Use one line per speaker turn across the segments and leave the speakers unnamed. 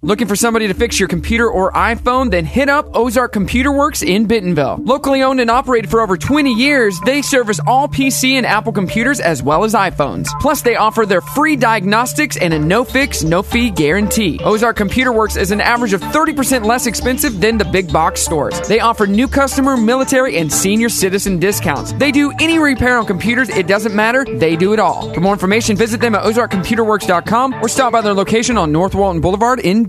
Looking for somebody to fix your computer or iPhone? Then hit up Ozark Computer Works in Bentonville. Locally owned and operated for over 20 years, they service all PC and Apple computers as well as iPhones. Plus, they offer their free diagnostics and a no fix, no fee guarantee. Ozark Computer Works is an average of 30% less expensive than the big box stores. They offer new customer, military, and senior citizen discounts. They do any repair on computers, it doesn't matter, they do it all. For more information, visit them at ozarkcomputerworks.com or stop by their location on North Walton Boulevard in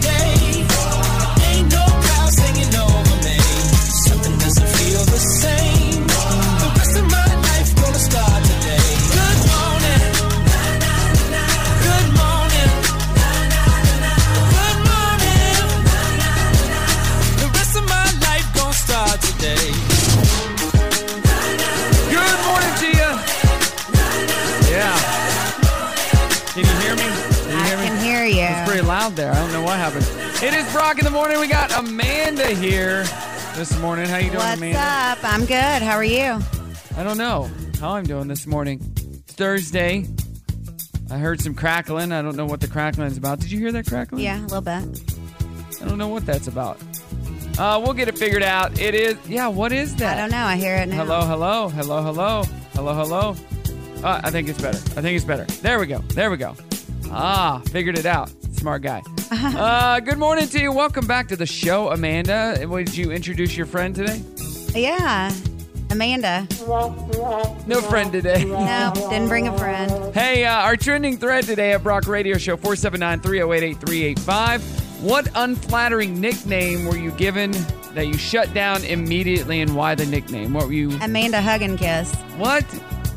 day. Ain't no clouds hanging over me. Something doesn't feel the same. The rest of my life gonna start today. Good morning. Good morning. Good morning. The rest of my life gonna start today.
Good morning to you. Yeah. Can you hear me? Can you
I
hear me?
can hear you.
It's pretty loud there. I don't know what happened. It is Brock in the morning. We got Amanda here this morning. How you doing,
What's
Amanda?
up? I'm good. How are you?
I don't know how I'm doing this morning. It's Thursday. I heard some crackling. I don't know what the crackling is about. Did you hear that crackling?
Yeah, a little bit.
I don't know what that's about. Uh, we'll get it figured out. It is. Yeah. What is
I
that?
don't know. I hear it now.
Hello, hello, hello, hello, hello, hello. Uh, I think it's better. I think it's better. There we go. There we go. Ah, figured it out. Smart guy. Uh, good morning to you. Welcome back to the show, Amanda. And Would you introduce your friend today?
Yeah. Amanda.
No friend today.
No, didn't bring a friend.
Hey, uh, our trending thread today at Brock Radio Show 479 308 8385. What unflattering nickname were you given that you shut down immediately, and why the nickname? What were you?
Amanda Hug and Kiss.
What?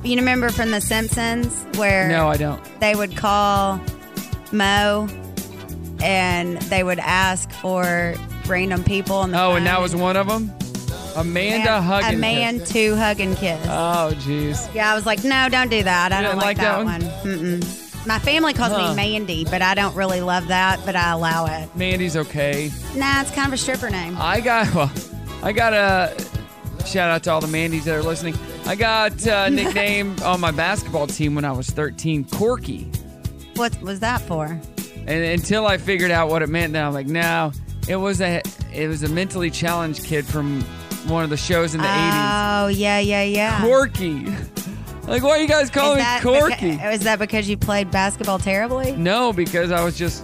You remember from The Simpsons where
No, I don't.
they would call Mo and they would ask for random people on the
Oh, and that
phone
was one of them? Amanda
and-
Huggins.
A man to hug and kiss.
Oh, jeez.
yeah, I was like, no, don't do that. I
You
don't
didn't
like, that, one. Mm-mm. My family calls
Huh.
me Mandy, but I don't really love that, but I allow it.
Mandy's okay.
Nah, it's kind of a stripper name.
I got, well, I got a shout out to all the Mandys that are listening. I got a nickname on my basketball team when I was 13, Corky.
What was that for?
And until I figured out what it meant, then I'm like, no, it was a it was a mentally challenged kid from one of the shows in the
Oh, yeah, yeah, yeah.
80s. Corky. Like, why are you guys
Is
calling me
that
Corky? Mm.
beca- is that because you played basketball terribly?
No, because I was just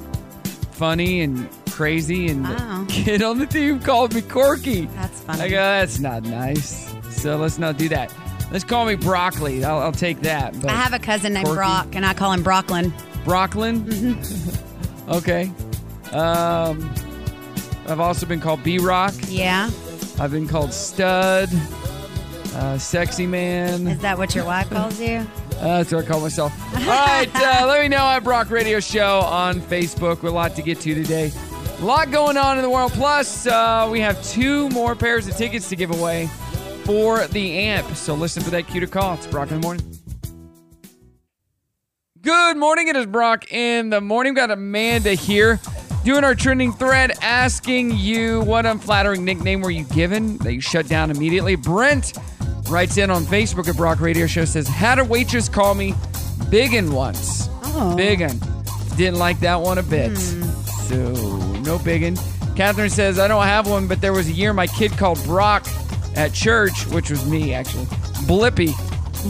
funny and crazy, and
Wow.
the kid on the team called me Corky.
Oh. That's funny.
I go, that's not nice. So let's not do that. Let's call me Broccoli. I'll, I'll take that. But
I have a cousin named
Corky.
Brock, and I call him Brocklin.
Brocklin.
Mm-hmm.
okay. Um, I've also been called B Rock.
Yeah,
I've been called Stud, uh, Sexy Man.
is that what your wife calls you?
Uh, that's what I call myself. All right, uh, let me know at Brock Radio Show on Facebook. We're a lot to get to today. A lot going on in the world. Plus, uh, we have two more pairs of tickets to give away for the AMP. So listen for that cue to call. It's Brock in the morning. Good morning. It is Brock in the morning. We've got Amanda here doing our trending thread asking you what unflattering nickname were you given that you shut down immediately. Brent writes in on Facebook at Brock Radio Show says, Had a waitress call me Biggin once.
Oh.
Biggin. Didn't like that one a bit. So, no Biggin. Catherine says, I don't have one, but there was a year my kid called Brock at church, which was me actually, Blippy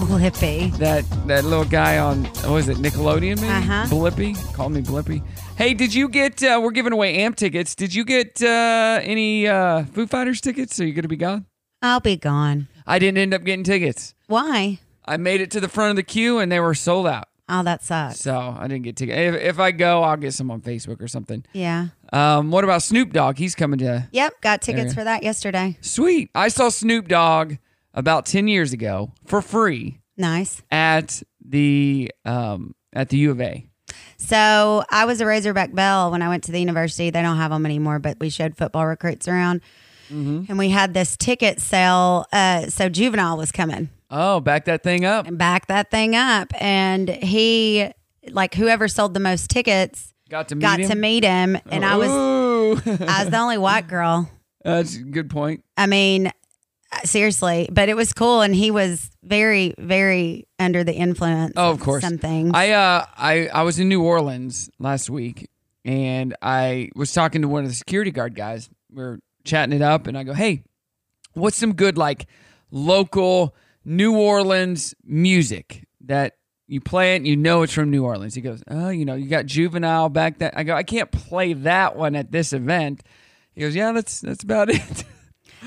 Lippy.
that that little guy on what was it Nickelodeon maybe
Uh-huh.
Blippy called me Blippy. Hey, did you get? Uh, we're giving away AMP tickets. Did you get uh, any uh, Foo Fighters tickets? Are you gonna be gone?
I'll be gone.
I didn't end up getting tickets.
Why?
I made it to the front of the queue and they were sold out.
Oh, that sucks.
So I didn't get tickets. If, if I go, I'll get some on Facebook or something.
Yeah.
Um, what about Snoop Dogg? He's coming to.
Yep. Got tickets
you go.
for that yesterday.
Sweet. I saw Snoop Dogg about 10 years ago for free
Nice.
at the um, at the U of A.
So I was a Razorback Bell when I went to the university. They don't have them anymore, but we showed football recruits around.
Mm-hmm.
And we had this ticket sale. Uh, so Juvenile was coming
Oh, back that thing up.
and back that thing up. And he, like, whoever sold the most tickets
Got to meet
got
him. Oh.
to meet him. And I was,
Ooh.
I was the only white girl.
That's a good point.
I mean, uh, seriously, but it was cool. And he was very, very under the influence.
Oh, of course.
Something.
I uh I I was in New Orleans last week and I was talking to one of the security guard guys. We are chatting it up and I go, "Hey, what's some good like local New Orleans music that you play it and you know it's from New Orleans?" He goes, "Oh, you know, you got Juvenile back that." I go, "I can't play that one at this event." He goes, "Yeah, that's that's about it."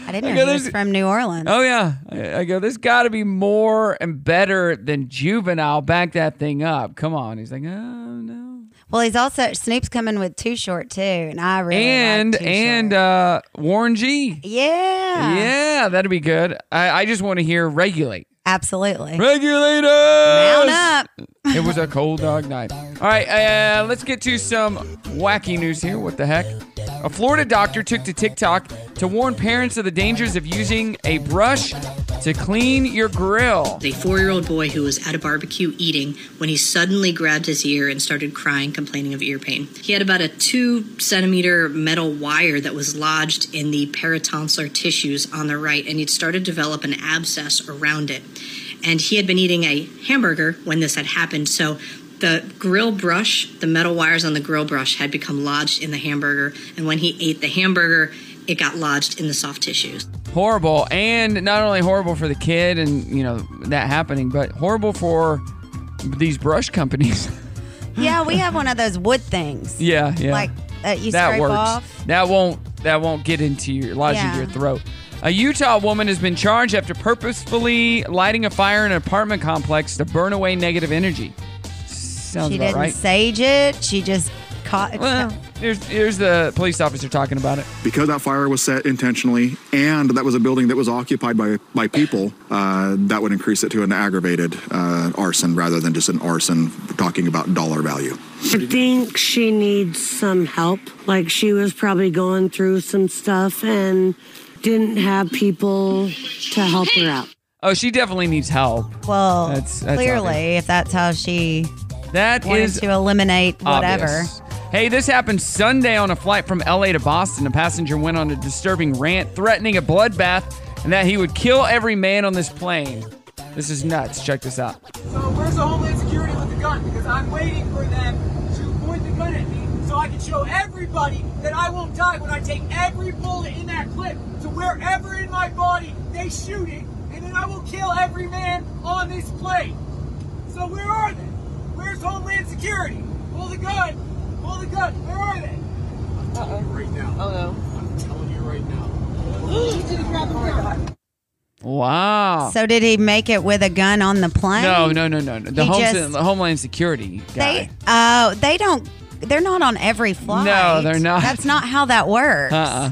I didn't
I
know
go,
he was
there's-
from New Orleans.
Oh yeah, I, I go. There's got to be more and better than juvenile. Back that thing up. Come on. He's like, oh no.
Well, he's also Snoop's coming with Too Short too, and I really
And
like Too
and
Short.
uh, Warren G.
yeah,
Yeah, that'd be good. I, I just want to hear regulate.
absolutely.
Regulators.
Round up.
It was a cold dog night. All right, uh, let's get to some wacky news here. What the heck? A Florida doctor took to TikTok to warn parents of the dangers of using a brush to clean your grill.
A four year old boy who was at a barbecue eating when he suddenly grabbed his ear and started crying, complaining of ear pain. He had about a two centimeter metal wire that was lodged in the paratonsillar tissues on the right, and he'd started to develop an abscess around it. And he had been eating a hamburger when this had happened, so the grill brush, the metal wires on the grill brush, had become lodged in the hamburger, and when he ate the hamburger, it got lodged in the soft tissues.
horrible and not only horrible for the kid and you know that happening but horrible for these brush companies
Yeah, we have one of those wood things.
yeah yeah
Like that you
that
scrape
works
off.
that won't that won't get into your lodge
Yeah.
into your throat a utah woman has been charged after purposefully lighting a fire in an apartment complex to burn away negative energy sounds
She
about
didn't
right
sage it. She just caught.
well here's here's the police officer talking about it
because that fire was set intentionally and that was a building that was occupied by, by people, uh, that would increase it to an aggravated uh, arson rather than just an arson talking about dollar value.
I think she needs some help. Like she was probably going through some stuff and didn't have people to help her out.
oh she definitely needs help
well,
That's- that's
clearly,
obvious.
if that's how she
that
wanted
is
to eliminate whatever.
obvious. Hey, this happened Sunday on a flight from LA to Boston. A passenger went on a disturbing rant threatening a bloodbath and that he would kill every man on this plane. This is nuts. Check this out.
So where's the Homeland Security with the gun? Because I'm waiting for them to point the gun at me so I can show everybody that I won't die when I take every bullet in that clip to wherever in my body they shoot it, and then I will kill every man on this plane. So where are they? Where's Homeland Security? Pull the gun. Pull the gun. Where are they? I'm telling you right now. Hello. I'm telling you right now.
Wow.
So did he make it with a gun on the plane?
Oh. No, no, no, no, no. The
He
Homeland,
just-
the Homeland Security guy.
They oh, they don't. They're not on every flight.
No, they're not.
That's not how that works.
uh-uh.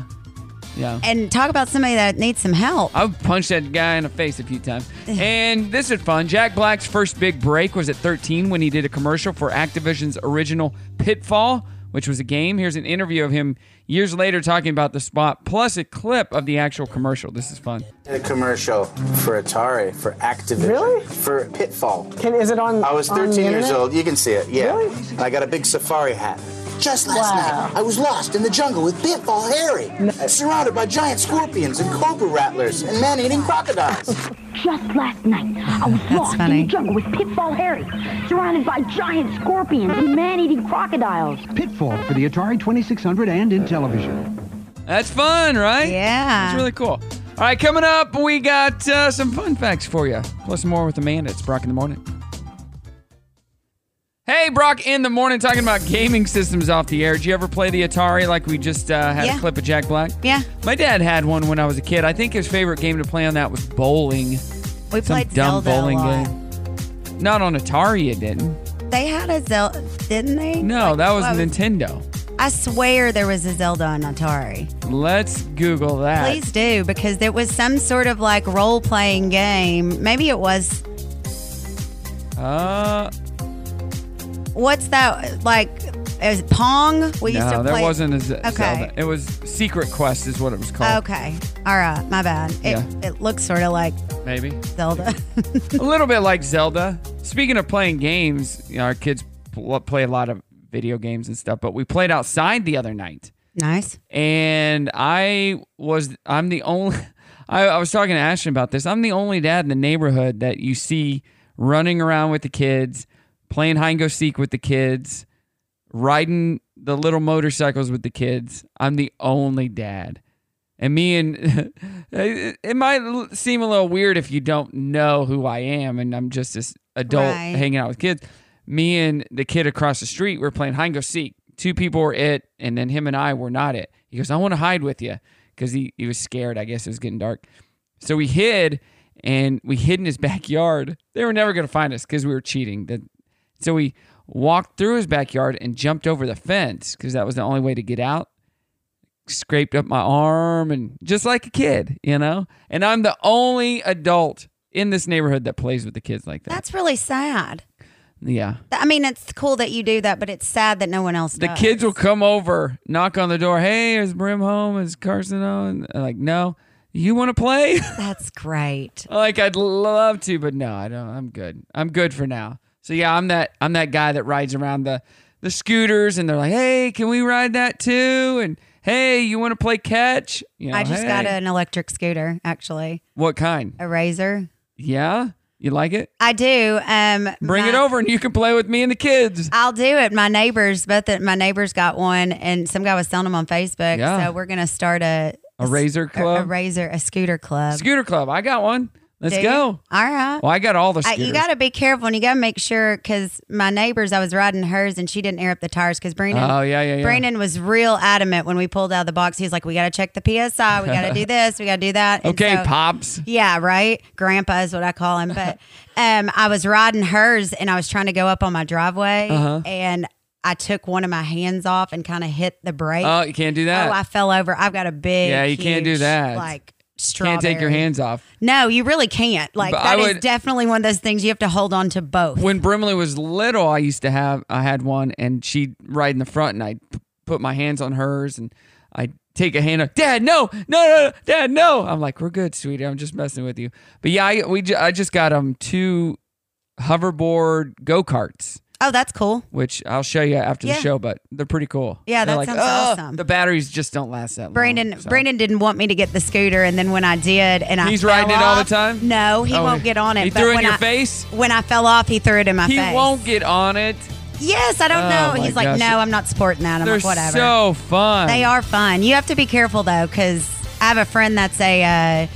Yeah.
And talk about somebody that needs some help.
I've punched that guy in the face a few times. And this is fun. Jack Black's first big break was at 13 when he did a commercial for Activision's original Pitfall, which was a game. Here's an interview of him years later talking about the spot, plus a clip of the actual commercial. This is fun.
a commercial for Atari, for Activision,
Really?
for Pitfall.
Can, is it on?
I was
on the
13 years
internet?
old. You can see it. Yeah.
Really?
And I got a big safari hat.
Just last night, I was lost in the jungle with Pitfall Harry, surrounded by giant scorpions and cobra rattlers and man-eating crocodiles.
Just last night, I was lost
funny.
in the jungle with Pitfall Harry, surrounded by giant scorpions and man-eating crocodiles.
Pitfall for the Atari 2600 and in television.
That's fun, right?
Yeah.
It's really cool. All right, coming up, we got uh, some fun facts for you, plus more with Amanda. It's Brock in the Morning. Hey, Brock in the Morning, talking about gaming systems off the air. Did you ever play the Atari like we just uh, had
Yeah.
a clip of Jack Black?
Yeah.
My dad had one when I was a kid. I think his favorite game to play on that was bowling.
We
Some
played
dumb
Zelda a
bowling
lot.
game. Not on Atari, it didn't.
They had a Zelda, didn't they?
No, that was
what was-
Nintendo.
I swear there was a Zelda on Atari.
Let's Google that.
Please do, because there was some sort of like role playing game. Maybe it was.
Uh,
What's that? Like, is it Pong? We used
no,
to
there
play.
wasn't a Z-
Okay.
Zelda. It was Secret Quest, is what it was called.
Okay. All right. My bad. It,
Yeah.
it looks sort of like
Maybe
Zelda.
a little bit like Zelda. Speaking of playing games, you know, our kids pl- play a lot of video games and stuff. But we played outside the other night.
nice.
and I was I'm the only I, I was talking to Ashton about this. I'm the only dad in the neighborhood that you see running around with the kids, playing hide and go seek with the kids, riding the little motorcycles with the kids. I'm the only dad. And me and it it might l- seem a little weird if you don't know who I am and I'm just this adult
Right.
hanging out with kids. Me and the kid across the street were playing hide and go seek. Two people were it, and then him and I were not it. He goes, I want to hide with you because he, he was scared. I guess it was getting dark. So we hid and we hid in his backyard. They were never going to find us because we were cheating. The- So we walked through his backyard and jumped over the fence because that was the only way to get out scraped up my arm and just like a kid, you know? And I'm the only adult in this neighborhood that plays with the kids like that.
That's really sad.
yeah.
Th- I mean, it's cool that you do that, but it's sad that no one else
The
does.
kids will come over, knock on the door. Hey, is Brim home? Is Carson on? And like, no. You want to play?
That's great.
like, I'd love to, but no, I don't. I'm good. I'm good for now. So yeah, I'm that. I'm that guy that rides around the the scooters, and they're like, "Hey, can we ride that too?" And hey, you want to play catch? You know,
I just got
hey.
an electric scooter, actually,
What kind?
a Razor.
Yeah, you like it?
I do. Um,
Bring
my-
it over and you can play with me and the kids.
I'll do it. My neighbors, both of my neighbors got one, and some guy was selling them on Facebook.
Yeah.
So we're gonna start a
A razor
a, a
club,
razor, a scooter club.
scooter club. I got one. Let's
Do you?
go.
All right.
Well, I got all the
I-
scooters.
you got to be careful, and you got to make sure because my neighbors, I was riding hers, and she didn't air up the tires because Brandon.
Oh, yeah, yeah, yeah.
Brandon was real adamant when we pulled out of the box. He's like, "We got to check the PSI. We got to do this. We got to do that." And
okay,
so-
pops.
Yeah, right. Grandpa is what I call him. But um, I was riding hers, and I was trying to go up on my driveway,
Uh-huh.
and I took one of my hands off and kind of hit the brake.
Oh, you can't do that.
Oh, I fell over. I've got a big.
Yeah, you can't do
huge,
that.
Like strawberry.
can't take your hands off.
No, you really can't. Like
But
that
I
is
would-
definitely one of those things you have to hold on to both.
When Brimley was little, I used to have I had one, and she'd ride in the front, and I'd p- put my hands on hers, and I'd take a hand up. Dad, no, no, no, no, Dad, no. I'm like, we're good, sweetie. I'm just messing with you. But yeah, I, we j- I just got um two hoverboard go karts.
Oh, that's cool.
which I'll show you after
Yeah.
the show, but they're pretty cool.
Yeah,
They're
that sounds
"Ugh,
awesome."
The batteries just don't last that long.
Brandon
so.
Brandon didn't want me to get the scooter, and then when I did, and I
He's
fell
riding it all the
off-
time?
No, he
Oh,
won't get on it.
he
but
threw it in
when
your
I-
face?
When I fell off, he threw it in my
He
face.
won't get on it.
Yes, I don't
Oh,
know.
my
He's like,
gosh.
no, I'm not sporting that. I'm
They're
like, whatever.
so fun.
They are fun. You have to be careful though, because I have a friend that's a. Uh,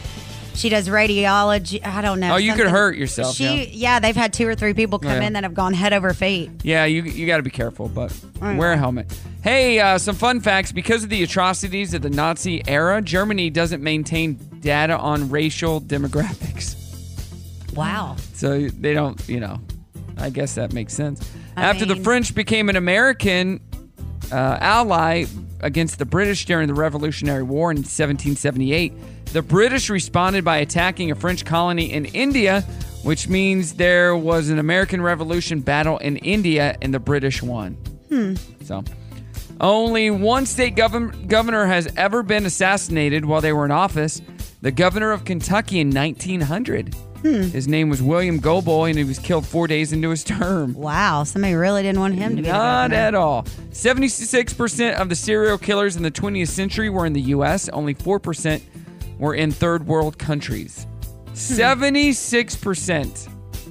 she does radiology. I don't know.
Oh, you could
something.
hurt yourself,
She,
yeah.
yeah. they've had two or three people come
Yeah.
in that have gone head over feet.
Yeah, you you got to be careful, but
I know.
wear a helmet. Hey, uh, some fun facts. Because of the atrocities of the Nazi era, Germany doesn't maintain data on racial demographics.
Wow.
So they don't, you know, I guess that makes sense.
I
After the
mean-
French became an American uh, ally against the British during the Revolutionary War in 1778, the British responded by attacking a French colony in India, which means there was an American Revolution battle in India and the British won.
Hmm.
So. Only one state govern- governor has ever been assassinated while they were in office. The governor of Kentucky in 1900. His name was William Goboy, and he was killed four days into his term.
Wow. Somebody really didn't want him to be. the
Not
governor.
at all. 76% of the serial killers in the 20th century were in the U.S., only 4% were in third world countries. 76%.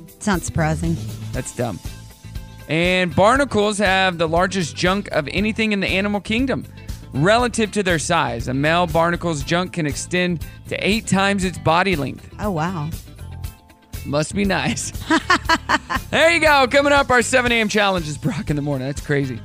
It's not surprising.
That's dumb. And barnacles have the largest junk of anything in the animal kingdom relative to their size. A male barnacle's junk can extend to eight times its body length.
Oh wow.
Must be nice. there you go. Coming up, our 7 a.m. challenge is Brock in the morning. That's crazy.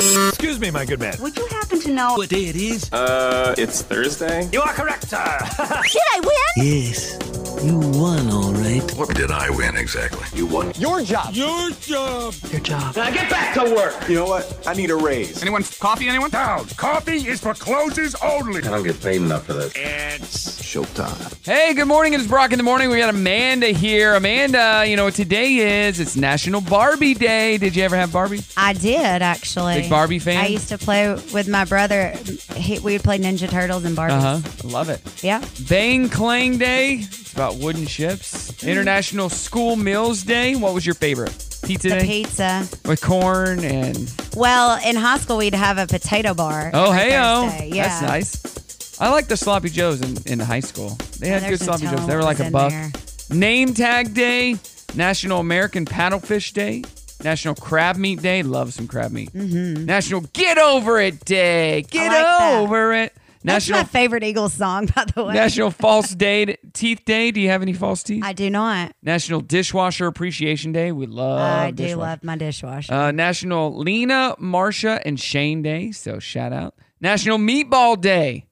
Excuse me, my good man.
Would you happen to know
What day it is?
Uh, it's Thursday.
You are correct, sir.
Did I win?
yes.
You won, all right.
What did I win exactly? You won.
Your job. Your job. Your job.
Now get back to work. You know what? I need a raise. Anyone coffee? Anyone? No. Coffee is for closes only. I don't get paid enough for this. It's showtime.
Hey, good morning. It is Brock in the morning. We got Amanda here. Amanda, you know what today is? It's National Barbie Day. Did you ever have Barbie?
I did actually.
Big Barbie fan?
I used to play with my brother. He, we would play Ninja Turtles and Barbies.
huh. Love it.
Yeah.
Bang Clang Day. It's about wooden ships. International School Meals Day. What was your favorite? Pizza
The
Day?
pizza.
With corn and.
Well, in high school we'd have a potato bar.
Oh,
every
hey,
Thursday.
oh.
yeah.
That's nice. I like the Sloppy Joes in, in high school. They
Yeah,
had good
Oh, there's no
Sloppy
telling
Joes. They were
what
like
was
a
in
buck.
there.
Name Tag Day, National American Paddlefish Day, National Crab Meat Day. Love some crab meat.
Mhm.
National Get Over It Day. Get
like that.
Over It.
That's
National
my favorite Eagles song, by the way.
National False Day Teeth Day. Do you have any false teeth?
I do not.
National Dishwasher Appreciation Day. We love.
I do
dishwashers.
love my dishwasher.
Uh, National Lena, Marsha, and Shane Day. So shout out. National Meatball Day.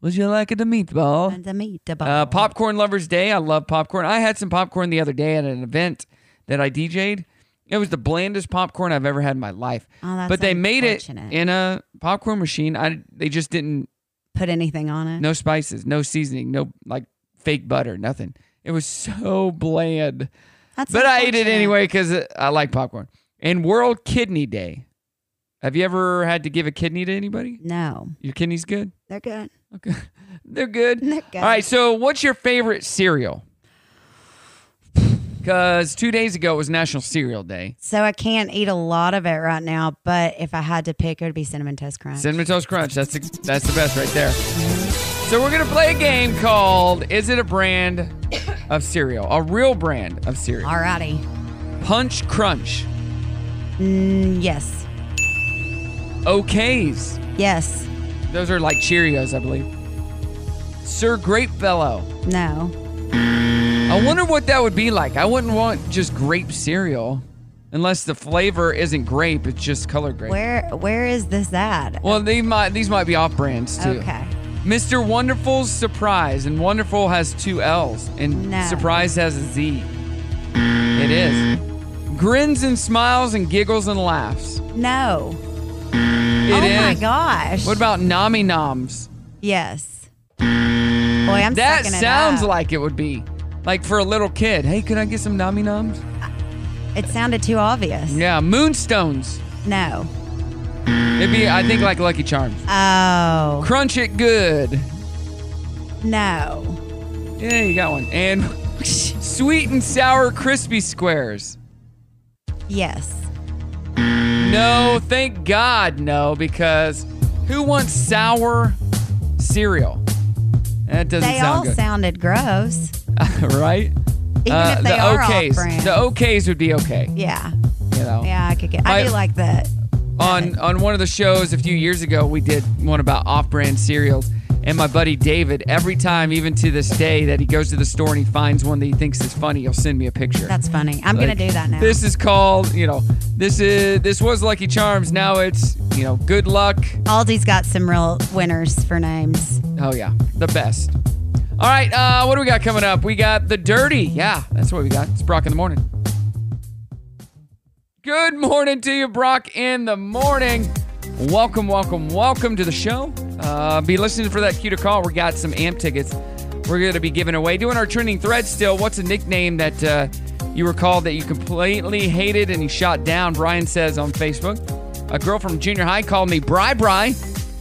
Would you like a meatball?
the meatball.
Uh, popcorn Lovers Day. I love popcorn. I had some popcorn the other day at an event that I DJ'd. It was the blandest popcorn I've ever had in my life.
Oh, that's
but they made it
unfortunate.
in a popcorn machine. I they just didn't
Put anything on it.
no spices, no seasoning, no like fake butter, nothing. It was so bland.
That's
but I ate it
unfortunate.
anyway because I like popcorn. And World Kidney Day. Have you ever had to give a kidney to anybody?
No.
Your kidney's good?
They're good.
Okay. They're good.
They're good.
All right. So, what's your favorite cereal? Because two days ago it was National Cereal Day.
So I can't eat a lot of it right now, but if I had to pick, it would be cinnamon toast crunch.
Cinnamon Toast Crunch. That's the, that's the best right there. So we're gonna play a game called "Is it a brand of cereal? A real brand of cereal?"
Alrighty.
Punch Crunch.
Mm, yes.
OKs.
Yes.
Those are like Cheerios, I believe. Sir Grapefellow.
No.
I wonder what that would be like. I wouldn't want just grape cereal, unless the flavor isn't grape; it's just colored grape.
Where Where is this at?
Well, they might these might be off brands too.
Okay.
Mr. Wonderful's Surprise, and Wonderful has two L's, and
No.
Surprise has a Z. It is. Grins and smiles and giggles and laughs.
No.
It
oh my
is.
gosh.
What about Nami Noms?
Yes. Boy, I'm
that
sucking it
sounds
up.
like it would be. Like for a little kid. Hey, could I get some Nami Noms?
It sounded too obvious.
Yeah, Moonstones.
No.
It'd be, I think, like Lucky Charms.
Oh.
Crunch It Good.
No.
Yeah, you got one. And Sweet and Sour Crispy Squares.
Yes.
No, thank God, no, because who wants sour cereal? That doesn't
they all
sound good,
sounded gross.
right? Uh,
Even if they
the
are
OKs,
off-brand.
the OKs would be okay.
Yeah.
You know,
Yeah, I could get. I,
I-
do like that.
on on one of the shows a few years ago, we did one about off-brand cereals, and my buddy David, every time, even to this day, that he goes to the store and he finds one that he thinks is funny, he'll send me a picture.
That's funny. I'm
Like,
gonna do that now.
This is called, you know, this is this was Lucky Charms. Now it's, you know, good luck.
Aldi's got some real winners for names.
Oh yeah, the best. All right, uh, what do we got coming up? We got the dirty. Yeah, that's what we got. It's Brock in the morning. Good morning to you, Brock in the morning. Welcome, welcome, welcome to the show. Uh, be listening for that cue to call. We got some amp tickets. We're going to be giving away. Doing our trending thread still. What's a nickname that uh, you recall that you completely hated and you shot down? Brian says on Facebook. A girl from junior high called me Bri Bri.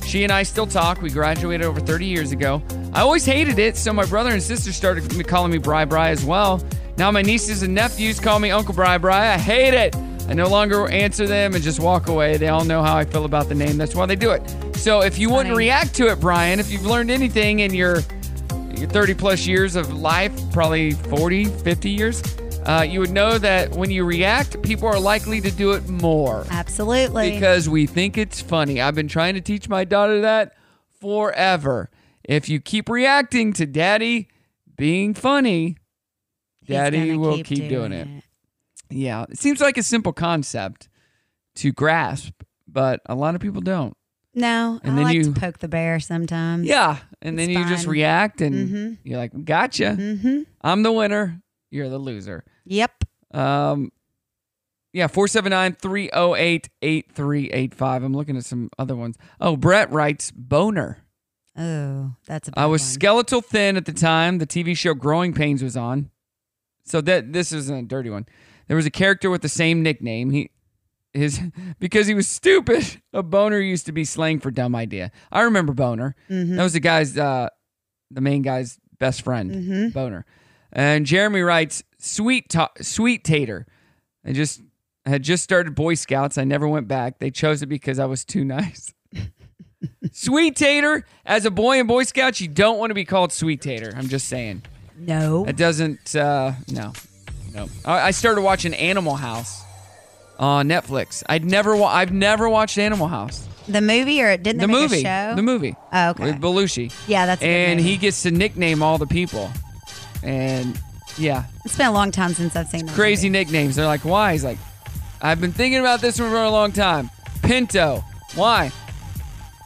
She and I still talk. We graduated over 30 years ago. I always hated it, so my brother and sister started calling me Bri Bri as well. Now my nieces and nephews call me Uncle Bri Bri. I hate it. I no longer answer them and just walk away. They all know how I feel about the name. That's why they do it. So if you wouldn't react to it, Brian, if you've learned anything in your, your 30 plus years of life, probably 40, 50 years, uh, you would know that when you react, people are likely to do it more
Absolutely.
because we think it's funny. I've been trying to teach my daughter that forever. If you keep reacting to daddy being funny, daddy
gonna
will keep,
keep
doing,
doing
it. Yeah, it seems like a simple concept to grasp, but a lot of people don't.
No,
And
I
then
like
you-
to poke the bear sometimes.
Yeah. And then
It's
you just
fine.
react and
Mhm.
you're like, gotcha.
Mhm.
I'm the winner. You're the loser.
Yep.
Um, yeah, 479 308 8385. I'm looking at some other ones. Oh, Brett writes, boner.
Oh, that's a bad
I was
one.
skeletal thin at the time the TV show Growing Pains was on. So that this isn't a dirty one. There was a character with the same nickname. He his because he was stupid. A boner used to be slang for dumb idea. I remember boner.
Mhm.
That was the guy's uh the main guy's best friend,
Mhm.
boner. And Jeremy writes sweet ta- sweet tater. I just I had just started Boy Scouts. I never went back. They chose it because I was too nice. Sweet Tater. As a boy in Boy Scouts, you don't want to be called Sweet Tater. I'm just saying.
No.
It doesn't. Uh, no, no. I, I started watching Animal House on Netflix. I'd never. Wa- I've never watched Animal House.
The movie or it didn't they
the
make
movie.
a show?
The movie.
Oh, okay.
With Belushi.
Yeah, that's a good
And
movie.
he gets to nickname all the people. And yeah,
It's been a long time since I've seen it.
crazy nicknames. They're like, why? He's like, I've been thinking about this one for a long time. Pinto. Why?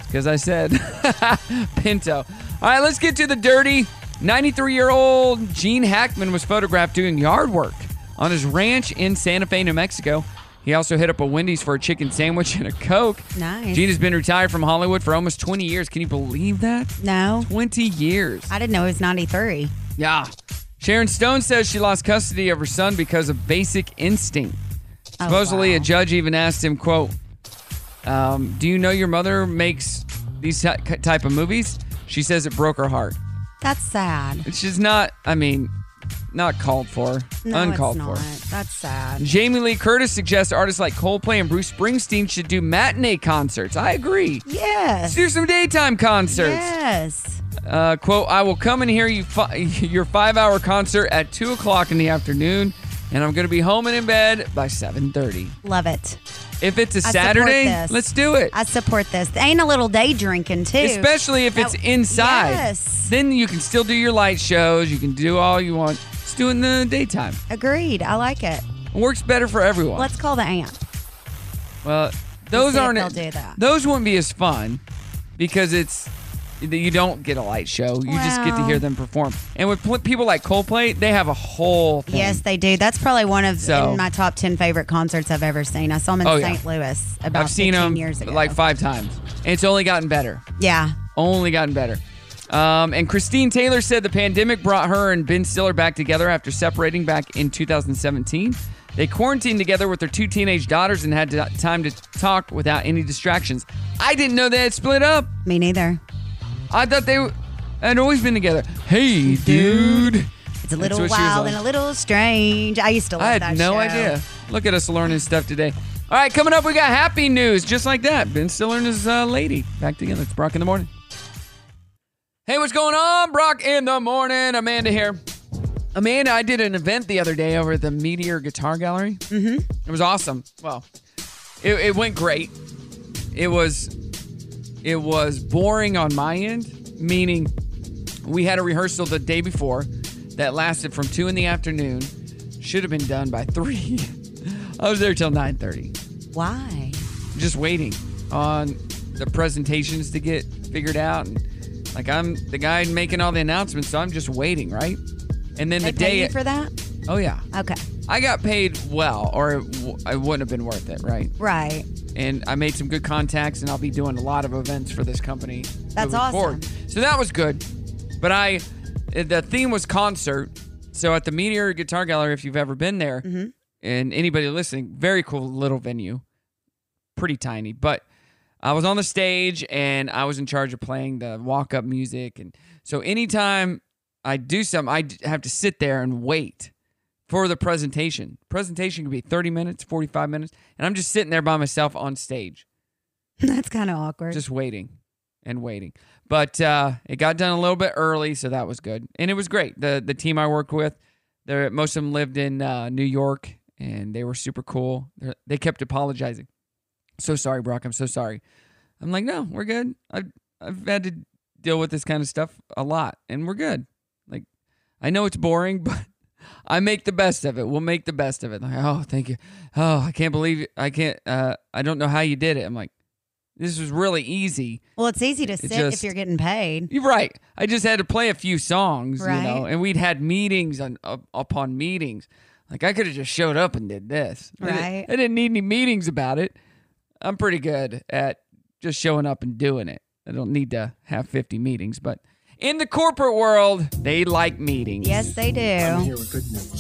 Because I said Pinto. All right, let's get to the dirty. 93 year old Gene Hackman was photographed doing yard work on his ranch in Santa Fe, New Mexico. He also hit up a Wendy's for a chicken sandwich and a Coke.
Nice.
Gene has been retired from Hollywood for almost 20 years. Can you believe that?
No.
20 years.
I didn't know he was 93.
Yeah. Sharon Stone says she lost custody of her son because of basic instinct.
Oh,
Supposedly, a judge even asked him, "quote um, Do you know your mother makes these ty- type of movies?" She says it broke her heart.
That's sad.
It's just not. I mean, not called for.
No,
uncalled
it's not.
for.
That's sad.
Jamie Lee Curtis suggests artists like Coldplay and Bruce Springsteen should do matinee concerts. I agree.
Yes.
Let's do some daytime concerts.
Yes.
Uh, quote, I will come and hear you fi- your five hour concert at 2 o'clock in the afternoon, and I'm going to be home and in bed by 7.30.
Love it.
If it's a
I support
Saturday,
this.
let's do it.
I support this. Ain't a little day drinking too.
Especially if
That-
it's inside.
Yes.
Then you can still do your light shows. You can do all you want. Let's do it in the daytime.
Agreed. I like it.
It works better for everyone.
Let's call the aunt.
well, those
see if
aren't.
they'll do that.
Those won't be as fun because it's you don't get a light show. You just get to
Well.
hear them perform. And with pl- people like Coldplay, they have a whole thing.
Yes, they do. That's probably one of
So-
in my top ten favorite concerts I've ever seen. I saw him in
Oh, yeah.
St. Louis about
I've seen
15
him
years ago.
like five times. And it's only gotten better.
yeah,
Only gotten better. Um, and Christine Taylor said the pandemic brought her and Ben Stiller back together after separating back in 2017. They quarantined together with their two teenage daughters and had to, time to talk without any distractions. I didn't know they had split up.
me neither.
I thought they w- had always been together. Hey, dude.
It's a little wild and a little strange. I used to love
I
that
had no
show.
idea. Look at us learning stuff today. All right, coming up, we got happy news just like that. Ben Stiller and his uh, lady back together. It's Brock in the morning. Hey, what's going on? Brock in the morning. Amanda here. Amanda, I did an event the other day over at the Meteor Guitar Gallery. Mm-hmm. It was awesome. Well, it, it went great. It was it was boring on my end, meaning we had a rehearsal the day before that lasted from two in the afternoon. Should have been done by three. I was there till nine thirty,
Why?
just waiting on the presentations to get figured out. And like I'm the guy making all the announcements, so I'm just waiting, right? And then
They
the
pay
day
you for that?
Oh yeah,
Okay.
I got paid well, or it, w- it wouldn't have been worth it, right?
Right.
and I made some good contacts, and I'll be doing a lot of events for this company.
That's
moving
awesome.
forward. So that was good, but I the theme was concert. So at the Meteor Guitar Gallery, if you've ever been there,
Mhm.
and anybody listening, very cool little venue, pretty tiny, but I was on the stage and I was in charge of playing the walk up music, and so anytime I do something, I d- have to sit there and wait for the presentation. Presentation could be 30 minutes, 45 minutes, and I'm just sitting there by myself on stage,
That's kind of awkward.
just waiting and waiting. But uh, it got done a little bit early, so that was good. And it was great. The the team I worked with, they're- most of them lived in uh, New York, and they were super cool. They're, they kept apologizing. So sorry, Brock. I'm so sorry. I'm like, no, we're good. I've, I've had to deal with this kind of stuff a lot, and we're good. Like, I know it's boring, but I make the best of it. We'll make the best of it. Like, oh, thank you. Oh, I can't believe I can't. Uh, I don't know how you did it. I'm like, This was really easy.
Well, it's easy to
It
sit
just-
if you're getting paid.
You're right. I just had to play a few songs, you know,
Right.
and we'd had meetings on up, upon meetings. Like I could have just showed up and did this. I didn't-
Right.
I didn't need any meetings about it. I'm pretty good at just showing up and doing it. I don't need to have 50 meetings, but in the corporate world, they like meetings.
Yes, they do.
good news.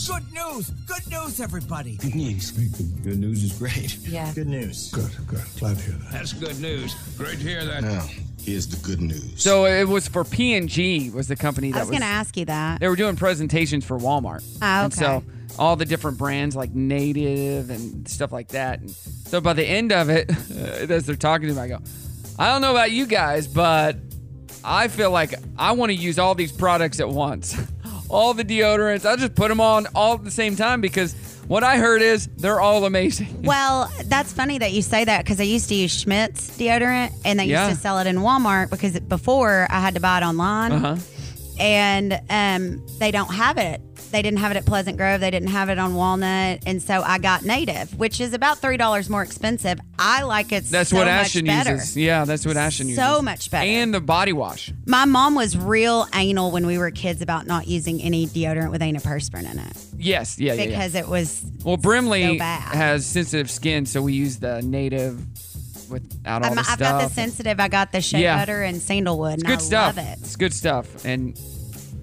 Good news. Good news, everybody.
Good news. Good, good news is great.
Yeah.
Good news. Good, good. Glad to hear that.
That's good news. Great to hear that.
Now, here's the good news.
So it was for P&G was the company that
I was going to ask you that.
They were doing presentations for Walmart.
Ah,
And
okay.
so all the different brands like Native and stuff like that. And so by the end of it, as they're talking to me, I go, I don't know about you guys, but I feel like I want to use all these products at once. all the deodorants. I'll just put them on all at the same time because what I heard is they're all amazing.
Well, that's funny that you say that because I used to use Schmidt's deodorant and they
Yeah.
used to sell it in Walmart because before I had to buy it online.
Uh-huh.
And um, they don't have it. They didn't have it at Pleasant Grove. They didn't have it on Walnut. And so I got Native, which is about $3 more expensive. I like it
That's
so
what
much
Ashton
better.
uses. Yeah, that's what Ashton uses.
So much better.
And the body wash.
My mom was real anal when we were kids about not using any deodorant with antiperspirant in it
Yes, yeah, yeah, yeah.
because it was
Well, Brimley
so bad.
has sensitive skin, so we use the native without all
I'm,
the
I've
stuff.
got the sensitive. I got the shea
Yeah.
butter and sandalwood.
It's
and
good
I
stuff.
Love it.
It's good stuff. And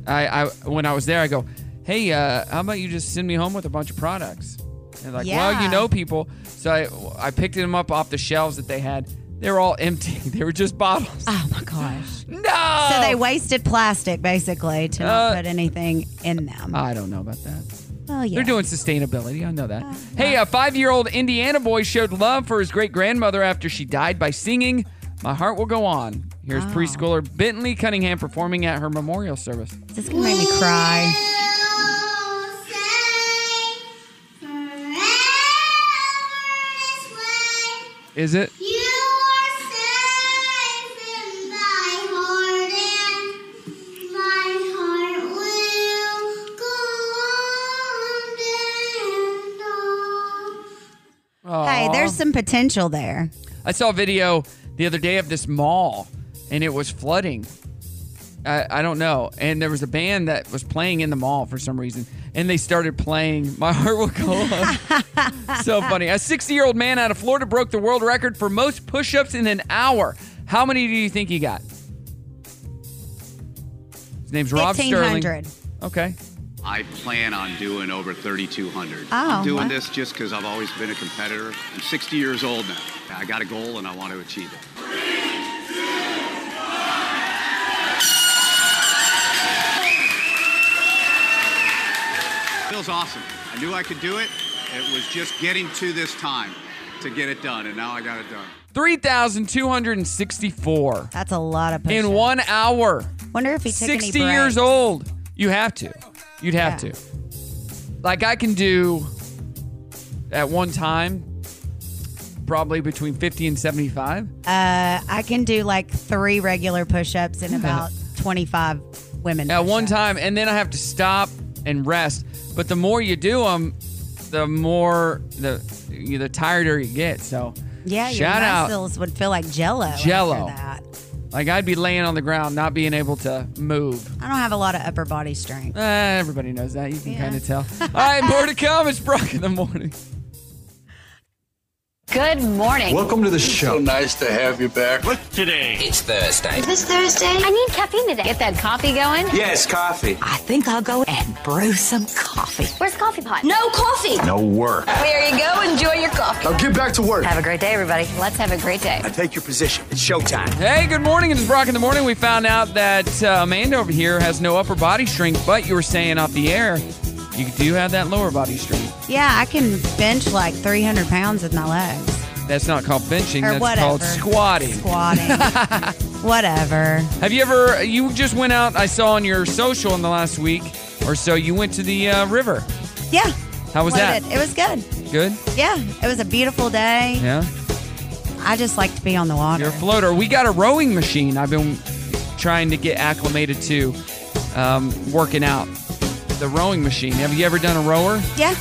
I, I, when I was there, I go, hey, uh, how about you just send me home with a bunch of products? And they're like, well, you
Yeah.
know people. So I, I picked them up off the shelves that they had. They were all empty. They were just bottles.
Oh my gosh.
No.
So they wasted plastic basically to
Uh,
not put anything in them.
I don't know about that.
Oh yeah.
oh.
Uh,
They're doing sustainability. I know that. hey, a five year old Indiana boy showed love for his great grandmother after she died by singing My Heart Will Go On. Here's
Oh.
preschooler Bentley Cunningham performing at her memorial service.
This is gonna make me cry.
Is it?
Hey,
Aw.
there's some potential there.
I saw a video the other day of this mall, and it was flooding. I, I don't know. And there was a band that was playing in the mall for some reason, and they started playing "My Heart Will Go On." so funny. A 60-year-old man out of Florida broke the world record for most push-ups in an hour. How many do you think he got? His name's Rob Sterling.
1500.
Okay.
I plan on doing over 3,200.
Oh,
I'm doing
wow.
this just because I've always been a competitor. I'm 60 years old now. I got a goal and I want to achieve it. Feels awesome. I knew I could do it. It was just getting to this time to get it done, and now I got it done.
3,264.
That's a lot of
In one hour.
Wonder if he took any
60 years
breaks.
old. You have to. You'd have
Yeah.
to. Like, I can do at one time probably between 50 and 75.
Uh, I can do like three regular push-ups and about 25 women.
at one time, and then I have to stop and rest. But the more you do them, the more the the tireder you get. So
Yeah, your
shout out.
muscles would feel like Jello. after
Jell-O.
that.
Like I'd be laying on the ground, not being able to move.
I don't have a lot of upper body strength.
Uh, everybody knows that. You can kind of tell. All right, more to come. It's Brock in the morning.
Good morning.
to the show. So nice to have you back. What today?
It's Thursday. Is this Thursday? I need caffeine today. Get that coffee going.
Yes, coffee.
I think I'll go and brew some coffee. Where's the coffee pot? No coffee.
work.
There you go. Enjoy your coffee.
Now get back to work.
Have a great day, everybody. Let's have a great day.
take your position. It's showtime.
Hey, good morning. It is Brock in the morning. We found out that uh, Amanda over here has no upper body strength, but you were saying off the air, you do have that lower body strength.
Yeah, I can bench like 300 pounds with my legs.
That's not called benching.
Or
that's
whatever.
called squatting.
Squatting. whatever.
Have you ever? You just went out. I saw on your social in the last week or so. You went to the uh, river.
Yeah.
How was
Loved
that?
It. It was good.
Good.
Yeah, it was a beautiful day.
Yeah.
I just like to be on the water.
You're a floater. We got a rowing machine. I've been trying to get acclimated to um, working out the rowing machine. Have you ever done a rower?
Yeah.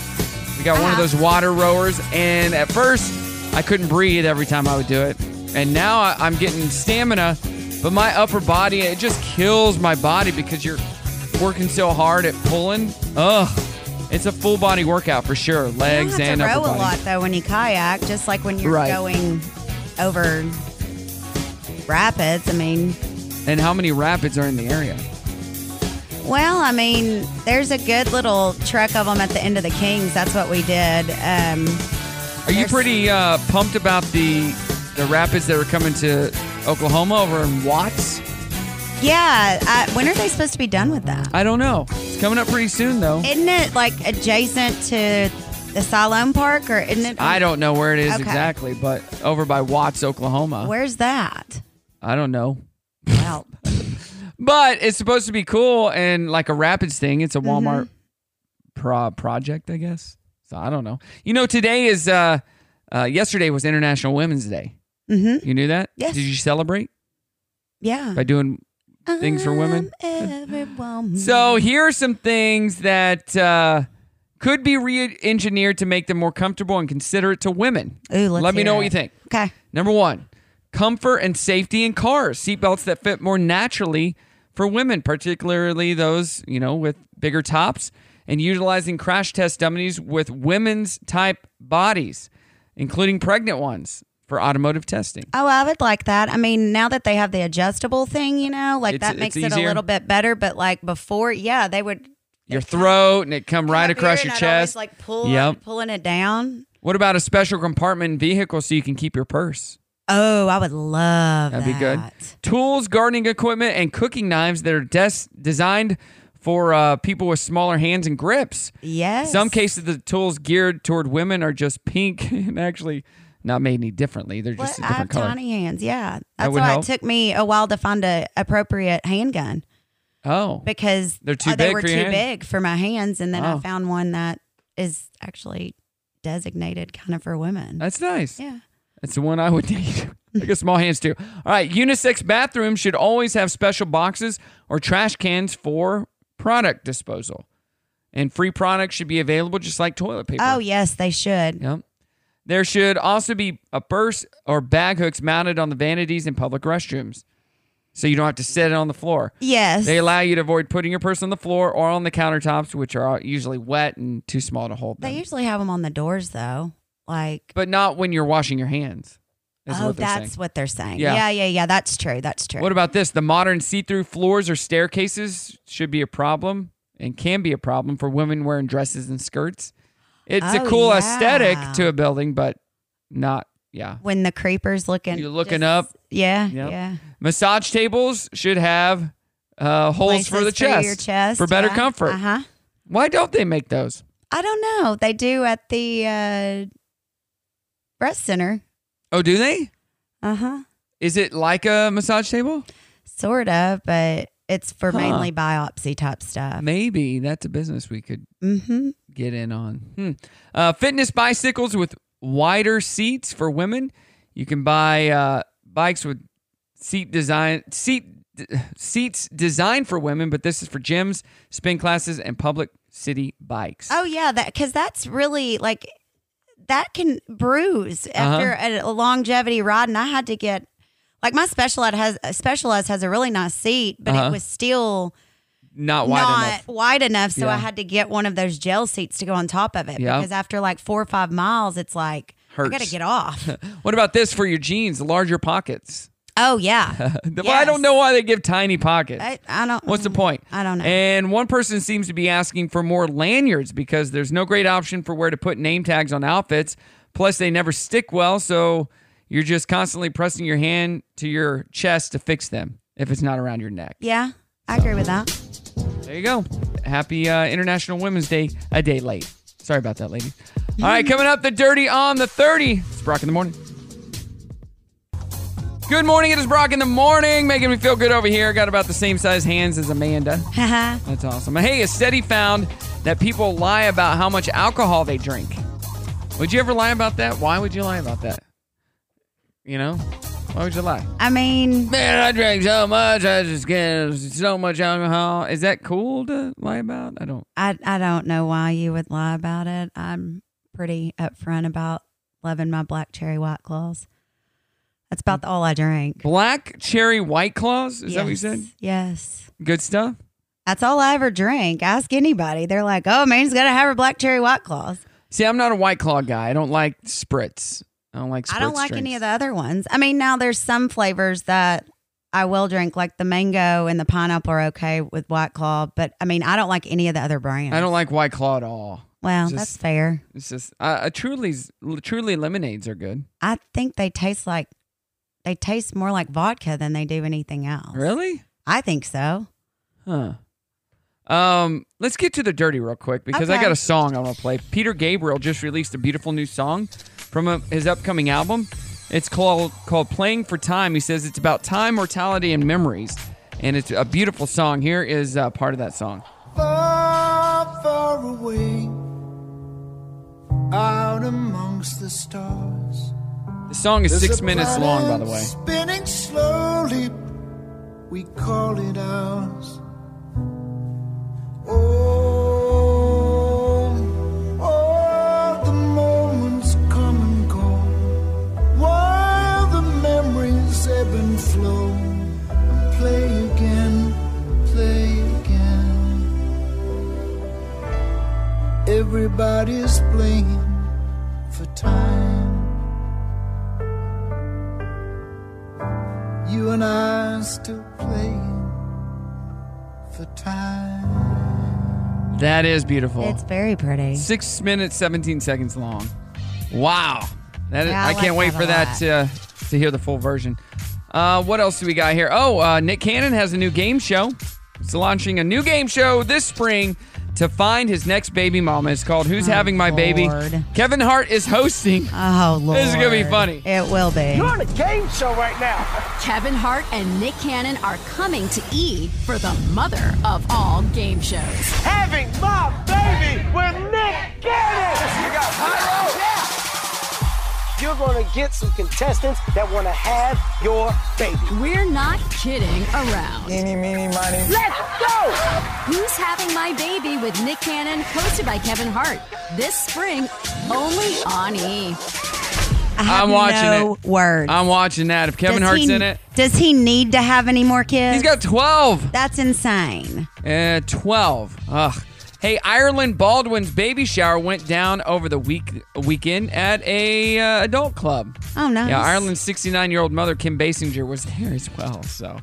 We got one of those water rowers, and at first I couldn't breathe every time I would do it. and now I, I'm getting stamina, but my upper body it just kills my body because you're working so hard at pulling. Ugh, it's a full body workout for sure.
You
Legs
don't have
and
to
upper
row a
body.
lot though when you kayak, just like when you're
Right.
going over rapids. I mean,
And how many rapids are in the area?
well, I mean, there's a good little trek of them at the end of the Kings. That's what we did. Um,
Are you pretty uh, pumped about the the rapids that are coming to Oklahoma over in Watts?
yeah, I, when are they supposed to be done with that?
I don't know. It's coming up pretty soon though.
Isn't it like adjacent to the Siloam Park, or isn't it?
I don't know where it is
Okay.
exactly, but over by Watts, Oklahoma.
Where's that?
I don't know.
Well,
But it's supposed to be cool and like a rapids thing. It's a
Mm-hmm.
Walmart pro- project, I guess. So I don't know. You know, today is uh, uh yesterday was International Women's Day.
Mhm.
You knew that?
Yes.
Did you celebrate
yeah. Um,
by doing things for women?
Everyone.
So here are some things that uh, could be re-engineered to make them more comfortable and considerate to women.
Ooh, let's
Let me
hear
know
it.
what you think.
Okay.
Number one, comfort and safety in cars. Seatbelts that fit more naturally for women, particularly those you know with bigger tops, and utilizing crash test dummies with women's type bodies, including pregnant ones, for automotive testing.
Oh, I would like that. I mean, now that they have the adjustable thing, you know, like
It's-
that
it's
makes it a
easier.
little bit better. But like before, yeah, they would
Your throat, and it come right across
and
your
I'd
chest.
always, like pull, pulling it down.
What about a special compartment vehicle so you can keep your purse?
Oh, I would love
That'd be good. Tools, gardening equipment, and cooking knives that are des- designed for uh, people with smaller hands and grips.
Yes.
Some cases, the tools geared toward women are just pink and actually not made any differently. They're just a
What? Uh, I
different
have
color.
tiny hands. Yeah,
That
that's
would
why
help.
it took me a while to find a appropriate handgun
Oh,
because
They're too
uh, they
big
were
for
too
your hand?
big for my hands, and then
Oh.
I found one that is actually designated kind of for women.
That's nice.
Yeah.
That's the one I would need. I got small hands too. All right, unisex bathrooms should always have special boxes or trash cans for product disposal, and free products should be available just like toilet paper.
Oh yes, they should.
Yep. There should also be a purse or bag hooks mounted on the vanities in public restrooms. So you don't have to sit it on the floor.
Yes.
They allow you to avoid putting your purse on the floor or on the countertops, which are usually wet and too small to hold
They
them.
usually have them on the doors though. Like
But not when you're washing your hands. is
oh,
what they're
that's
saying.
what they're saying.
Yeah.
Yeah. yeah, yeah, That's true. That's true.
What about this? The modern see-through floors or staircases should be a problem and can be a problem for women wearing dresses and skirts. It's a
Oh,
cool aesthetic
yeah.
to a building, but not yeah.
when the creepers looking?
You're looking up.
Yeah,
Yep.
yeah.
Massage tables should have uh, holes for the
Places for
chest,
your chest,
for better
yeah.
comfort.
Uh-huh.
Why don't they make those?
I don't know. They do at the uh, breast center.
Oh, do they?
Uh huh.
Is it like a massage table?
Sort of, but it's for
Huh.
mainly biopsy type stuff.
Maybe that's a business we could
Mm-hmm.
get in on. Hmm. Uh, fitness bicycles with wider seats for women. You can buy uh, bikes with seat design seat d- seats designed for women, but this is for gyms, spin classes, and public city bikes.
Oh yeah, that because that's really like that can bruise
Uh-huh.
after a, a longevity ride, and I had to get like my specialized has specialized has a really nice seat, but
Uh-huh.
it was still
Not wide
not
enough.
wide enough, so
Yeah.
I had to get one of those gel seats to go on top of it
Yeah.
because after like four or five miles, it's like I
Hurts.
gotta get off.
What about this for your jeans? Larger pockets.
oh yeah,
The- I don't know why they give tiny pockets.
I, I don't.
What's the point?
I don't know.
And one person seems to be asking for more lanyards because there's no great option for where to put name tags on outfits. Plus, they never stick well, so you're just constantly pressing your hand to your chest to fix them if it's not around your neck.
yeah, I agree with that.
There you go. Happy uh, International Women's Day, a day late. Sorry about that, ladies. All right, coming up, the dirty on the 30. It's Brock in the morning. Good morning. It is Brock in the morning, making me feel good over here. Got about the same size hands as Amanda. That's awesome. Hey, a study found that people lie about how much alcohol they drink. Would you ever lie about that? Why would you lie about that? You know, why would you lie?
I mean,
Man, I drank so much. I just get so much alcohol. Is that cool to lie about? I don't.
I I don't know why you would lie about it. I'm pretty upfront about loving my black cherry white claws. That's about all I drank.
Black cherry white claws? Mm. Is that what you
Yes.
said?
Yes.
Good stuff.
That's all I ever drank. Ask anybody. They're like, oh, man, he's got to have her black cherry white claws.
See, I'm not a white claw guy. I don't like spritz. I don't like spritz.
I don't like
drinks.
any of the other ones. I mean, now there's some flavors that I will drink, like the mango and the pineapple are okay with White Claw, but I mean, I don't like any of the other brands.
I don't like white claw at all.
Well,
Just-
that's fair.
It's just uh, uh, Truly's Truly lemonades are good.
I think they taste like they taste more like vodka than they do anything else.
Really?
I think so.
Huh. Um, let's get to the dirty real quick because I
Okay.
got a song I want to play. Peter Gabriel just released a beautiful new song from uh his upcoming album. It's called called "Playing for Time." He says it's about time, mortality, and memories, and it's a beautiful song. Here is uh, part of that song.
Far, far away, out amongst the stars.
The song is
There's
six
a
minutes long, by the way.
Spinning slowly, we call it ours. Oh, all the moments come and go, while the memories ebb and flow. And play again, play again. Everybody's playing for time. You and I are still playing for time.
That is beautiful.
It's very pretty.
Six minutes, 17 seconds long. Wow. That is,
Yeah, I
I can't
like
wait
that
for
a
that
lot.
to, to hear the full version. Uh, what else do we got here? Oh, uh, Nick Cannon has a new game show. He's launching a new game show this spring to find his next baby mama. It's called Who's Having My Baby?
Oh, Lord.
Kevin Hart is hosting.
Oh, Lord.
This is going to be funny.
It will be. You're
on a game show right now.
Kevin Hart and Nick Cannon are coming to E for the mother of all game shows.
Having my baby with Nick Cannon. You got pyro? Yeah. You're gonna get some contestants that wanna have your baby.
We're not kidding around. Eeny, meeny, miny.
Let's go!
Who's Having My Baby with Nick Cannon, hosted by Kevin Hart, this spring, only on E.
I'm watching
no
it.
Words.
I'm watching that. If Kevin
Does
Hart's
he-
in it,
Does he need to have any more kids? He's
got 12.
That's insane.
Uh, 12. Ugh. Hey, Ireland Baldwin's baby shower went down over the week weekend at a uh, adult club.
Oh, nice.
Yeah, Ireland's 69-year-old mother Kim Basinger was there as well. So,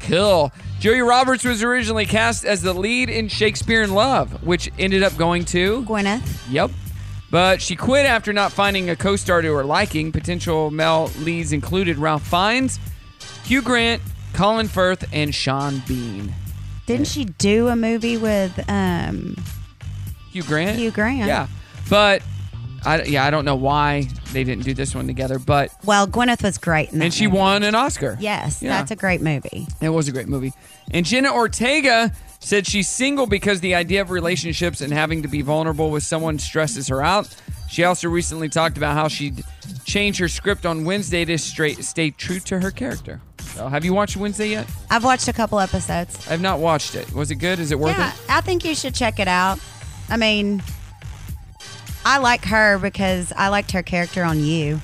cool. Julia Roberts was originally cast as the lead in Shakespeare in Love, which ended up going to
Gwyneth.
Yep. But she quit after not finding a co-star to her liking. Potential male leads included Ralph Fiennes, Hugh Grant, Colin Firth, and Sean Bean.
Didn't she do a movie with um
Hugh Grant.
Hugh Grant.
Yeah, but I yeah I don't know why they didn't do this one together, but
Well, Gwyneth was great in that.
and she won an Oscar.
Yes,
Yeah.
that's a great movie.
It was a great movie. And Jenna Ortega said she's single because the idea of relationships and having to be vulnerable with someone stresses her out. She also recently talked about how she'd changed her script on Wednesday to straight stay true to her character. So, have you watched Wednesday yet?
I've watched a couple episodes.
I've not watched it. Was it good? Is it worth
Yeah,
it?
I think you should check it out. I mean, I like her because I liked her character on You.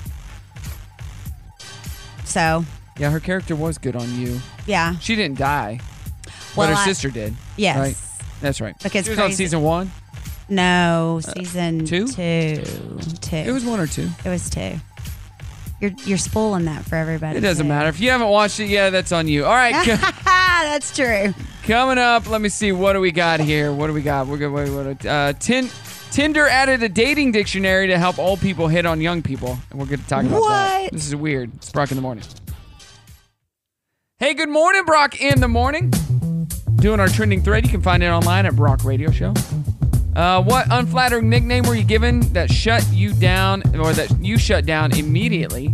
So,
Yeah, her character was good on you.
yeah,
She didn't die,
Well,
but her
I-
sister did.
Yes.
right? that's right.
Because
she was on
crazy-
season one.
no, season
Uh, two?
two, two. It
was one or two.
It was two. You're you're spoiling that for everybody.
It doesn't
too.
matter. If you haven't watched it, yeah, that's on you. All right. co-
that's true.
coming up, let me see. What do we got here? What do we got? We're going wait, what, uh, tin- Tinder added a dating dictionary to help old people hit on young people. And we're going to talk about that.
What?
This is weird. It's Brock in the morning. Hey, good morning, Brock in the morning. Doing our trending thread. You can find it online at Brock Radio Show. Uh, what unflattering nickname were you given that shut you down or that you shut down immediately?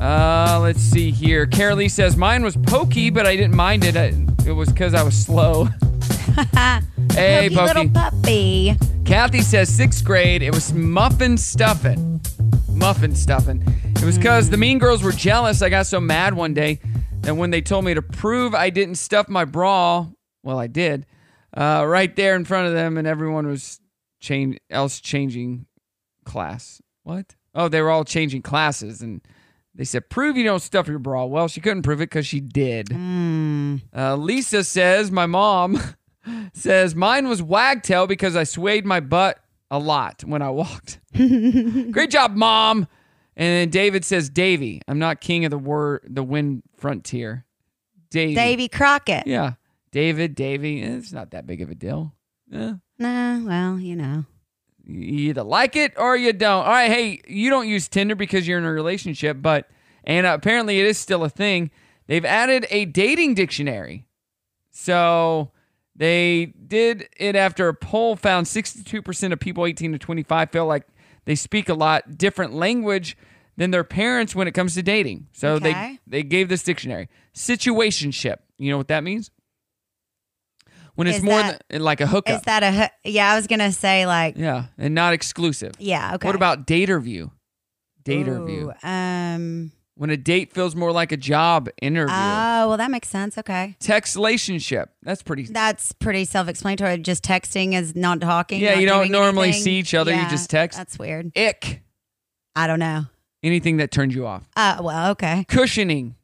Uh, let's see here. Carolee says mine was pokey, but I didn't mind it. I, it was because I was slow. hey,
Pokey little puppy.
Kathy says sixth grade. It was muffin stuffing. Muffin stuffing. It was because the mean girls were jealous. I got so mad one day that when they told me to prove I didn't stuff my bra, well, I did, uh, right there in front of them, and everyone was change else changing class. What? Oh, they were all changing classes, and They said, prove you don't stuff your bra. Well, she couldn't prove it because she did. Uh, Lisa says, my mom says, mine was wagtail because I swayed my butt a lot when I walked. Great job, mom. And then David says, Davy, I'm not king of the word, the wind frontier. Davy.
Davy Crockett.
Yeah. David, Davy. eh, It's not that big of a deal. Eh. Yeah.
Nah, well, you know.
You either like it or you don't. All right, hey, you don't use Tinder because you're in a relationship, but and apparently it is still a thing. They've added a dating dictionary. So they did it after a poll found 62% of people 18 to 25 feel like they speak a lot different language than their parents when it comes to dating. So
Okay.
they they gave this dictionary. Situationship. You know what that means? When it's
Is
more
that-
than, like a hookup.
Is that a hoo- yeah? I was gonna say like
Yeah, and not exclusive.
Yeah, okay.
What about dater view? Dater view.
Ooh, Um.
When a date feels more like a job interview.
Oh well, that makes sense. Okay,
Text relationship. That's pretty.
that's pretty self-explanatory. Just texting is not talking.
Yeah,
not
you don't
doing
normally
anything.
see each other, you
Yeah,
just text.
That's weird.
Ick.
I don't know.
Anything that turns you off.
Uh, well, okay.
Cushioning.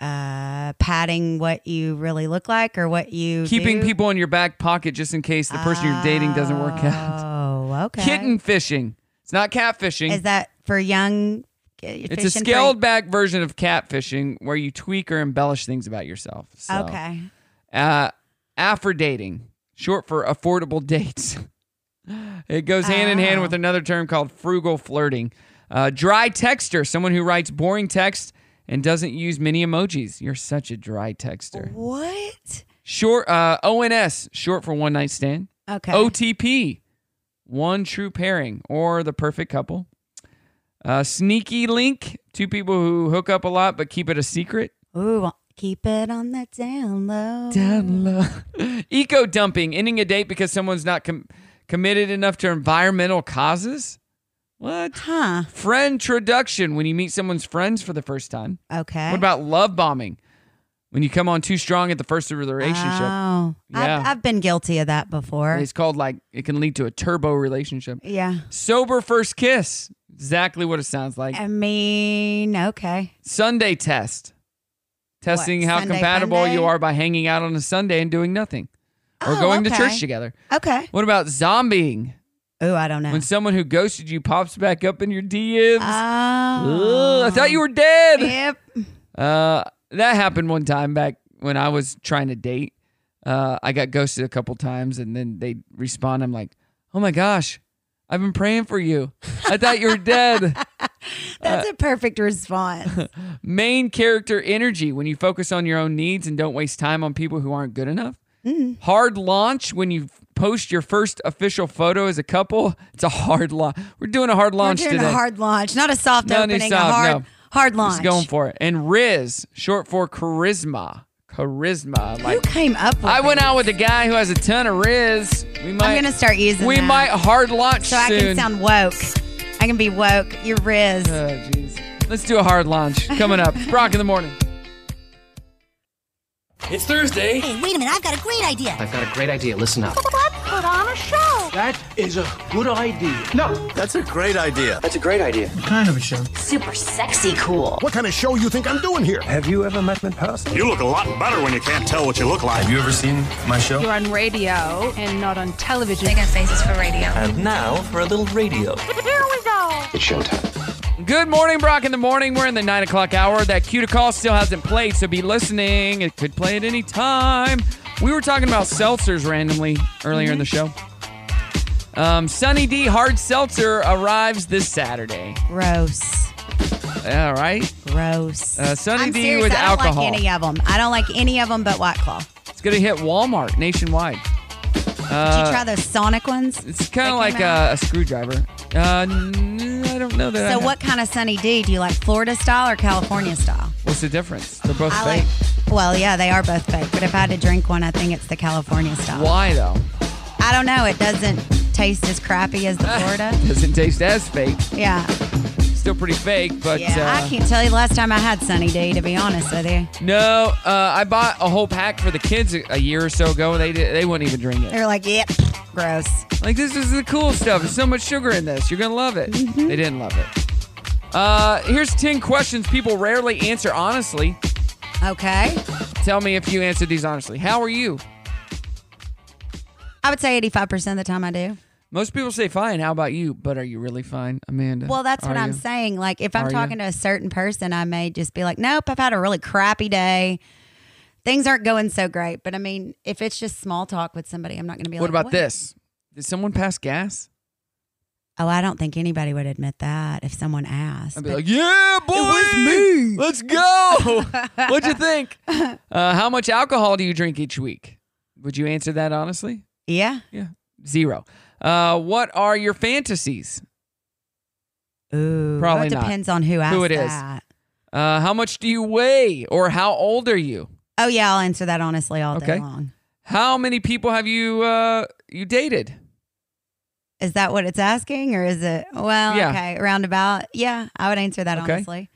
Uh, patting what you really look like or what you
Keeping
do.
people in your back pocket just in case the person you're dating doesn't work out.
Oh, okay.
Kitten fishing. It's not catfishing.
Is that for young? uh,
it's a scaled back version of catfishing where you tweak or embellish things about yourself. So,
Okay.
Uh, Affordating, short for affordable dates. It goes hand in hand with another term called frugal flirting. Uh, dry texter, someone who writes boring text and doesn't use many emojis. You're such a dry texter.
What?
Short uh, ONS, short for one night stand.
Okay.
Oh. OTP, one true pairing or the perfect couple. Uh, sneaky link, two people who hook up a lot but keep it a secret.
Ooh, keep it on the down low.
Down low. Eco dumping, ending a date because someone's not com- committed enough to environmental causes. What?
Huh.
Friend introduction, when you meet someone's friends for the first time.
Okay.
What about love bombing? When you come on too strong at the first relationship.
Oh,
Yeah.
I've, I've been guilty of that before.
It's called like, it can lead to a turbo relationship.
yeah.
Sober first kiss. Exactly what it sounds like.
I mean, okay.
Sunday test. Testing how
Sunday
compatible you
funday?
are by hanging out on a Sunday and doing nothing or going to
Oh, okay.
church together.
Okay.
What about zombieing?
Oh, I don't know.
When someone who ghosted you pops back up in your DMs.
Oh.
Ugh, I thought you were dead.
Yep.
Uh, that happened one time back when I was trying to date. Uh, I got ghosted a couple times and then they respond. I'm like, oh my gosh, I've been praying for you. I thought you were dead.
That's a perfect response.
Main character energy when you focus on your own needs and don't waste time on people who aren't good enough.
Mm-hmm.
Hard launch when you post your first official photo as a couple. It's a hard launch. We're doing a hard
We're
launch
doing
today.
a hard launch, not a soft
No, no,
opening,
soft,
a hard
no.
hard
Just
launch.
going for it. And Riz, short for charisma. Charisma.
Who
Like
came up with
I went out with a guy who has a ton of Riz. We might,
gonna start using
We
that.
might hard launch
so I
soon.
can sound woke. I can be woke. You're Riz.
Oh, jeez. Let's do a hard launch coming up. It's Brock in the morning.
It's Thursday.
Hey, wait a minute. I've got a great idea.
I've got a great idea. Listen up.
Let's put on a show.
That is a good idea. No, that's a great idea. That's a great idea. What kind of a show?
Super sexy cool.
What kind of show you think I'm doing here? Have you ever met me in person? You look a lot better when you can't tell what you look like. Have you ever seen my show?
You're on
Oh,
radio and not on television. They got faces for radio.
And now for a little radio.
Here we go.
It's showtime.
Good morning, Brock in the morning. We're in the nine o'clock hour. That cue to call still hasn't played, so be listening. It could play at any time. We were talking about seltzers randomly earlier in the
Mm-hmm.
show. Um, Sunny D Hard Seltzer arrives this Saturday.
Gross.
All right.
Gross.
Uh, Sunny
I'm
D
serious.
with
I don't
alcohol.
like any of them. I don't like any of them but White Claw.
It's going to hit Walmart nationwide.
Did
Uh,
you try those Sonic ones?
It's kind of
That came
like a, a screwdriver. Uh, n- I don't know that. I
So
have-
what kind of Sunny D do you like? Florida style or California style?
What's the difference? They're both
I
fake.
Well, yeah, they are both fake. But if I had to drink one, I think it's the California style.
Why though?
I don't know. It doesn't taste as crappy as the Florida.
Doesn't taste as fake.
Yeah.
Still pretty fake, but
yeah.
uh,
I can't tell you the last time I had Sunny D, to be honest with you.
No, uh, I bought a whole pack for the kids a, a year or so ago. and They did, they wouldn't even drink it.
They're like, yep, gross. Mm-hmm.
Like this is the cool stuff. There's so much sugar in this. You're gonna love it. They didn't love it. Uh, here's 10 questions people rarely answer honestly.
Okay.
Tell me if you answered these honestly. How are you?
I would say 85% of the time I do.
Most people say fine. How about you? But are you really fine, Amanda?
Well, that's what
Are
I'm
you?
saying. Like, if I'm
Are you?
talking to a certain person, I may just be like, nope, I've had a really crappy day. Things aren't going so great. But I mean, if it's just small talk with somebody, I'm not going to be
What
like,
about this? Did someone pass gas?
Oh, I don't think anybody would admit that if someone asked.
I'd be like, yeah, boy, me. Let's go. What'd you think? Uh, how much alcohol do you drink each week? Would you answer that honestly?
Yeah.
Yeah. Zero. Uh, what are your fantasies?
Ooh,
probably
it
not.
depends on who asked
Who it is?
that.
Uh, how much do you weigh, or how old are you?
Oh, yeah, I'll answer that honestly all
Okay.
day long.
How many people have you uh, you dated?
Is that what it's asking? Or is it, well,
Yeah.
okay, roundabout? Yeah, I would answer that
Okay.
honestly.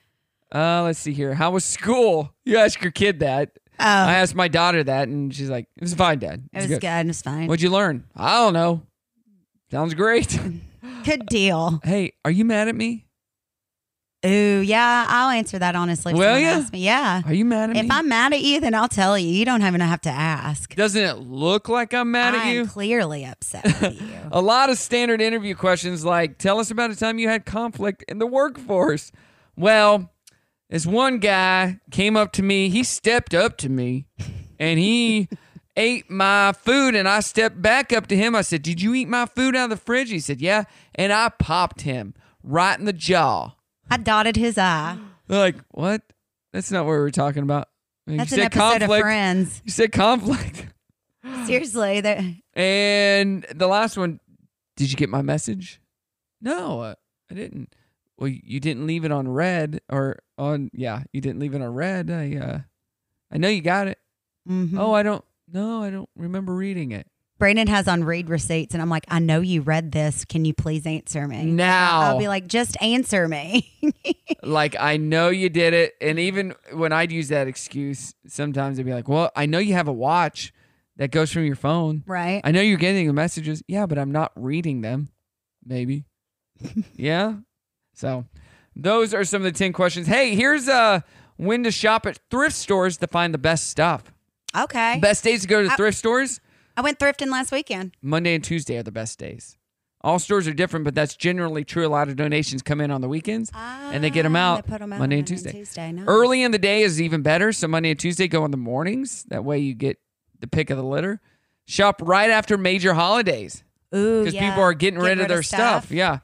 Uh, let's see here. How was school? You ask your kid that. I asked my daughter that, and she's like, "It was fine, Dad.
Oh, It was good. It was fine.
What'd you learn? I don't know. Sounds great.
Good deal.
Hey, are you mad at me?
Ooh, yeah, I'll answer that honestly. if
Will
someone
ya?
asks me. Yeah.
Are you mad at
if
me?
I'm mad at you, then I'll tell you. You don't even have to ask.
Doesn't it look like I'm mad at
I'm
you?
clearly upset. with you.
A lot of standard interview questions like tell us about a time you had conflict in the workforce. Well, this one guy came up to me, he stepped up to me and he ate my food and I stepped back up to him. I said, "Did you eat my food out of the fridge?" He said, "Yeah." And I popped him right in the jaw.
I dotted his eye.
They're like, "What? That's not what we were talking about." And
That's
you
an
said
episode of Friends.
You said conflict.
Seriously, that
And the last one, did you get my message? No, uh, I didn't. Well, you didn't leave it on red or on yeah, you didn't leave it on red. I uh I know you got it. Oh, I don't no, I don't remember reading it.
Brandon has on read receipts, and I'm like, I know you read this. Can you please answer me?
Now.
I'll be like, just answer me.
like I know you did it, and even when I'd use that excuse, sometimes I'd be like, "Well, I know you have a watch that goes from your phone,
Right.
I know you're getting the messages, yeah, but I'm not reading them, maybe, yeah." So, those are some of the ten questions. Hey, here's uh when to shop at thrift stores to find the best stuff.
okay.
Best days to go to
I-
thrift stores.
I went thrifting last weekend.
Monday and Tuesday are the best days. All stores are different, but that's generally true. A lot of donations come in on the weekends, and they get them out,
Ah, they put 'em out
Monday
on
and Tuesday.
Tuesday, nice.
Early in the day is even better. So Monday and Tuesday go in the mornings. That way you get the pick of the litter. Shop right after major holidays
Ooh,
because
yeah.
people are getting
Get
rid, of their stuff.
stuff.
Yeah.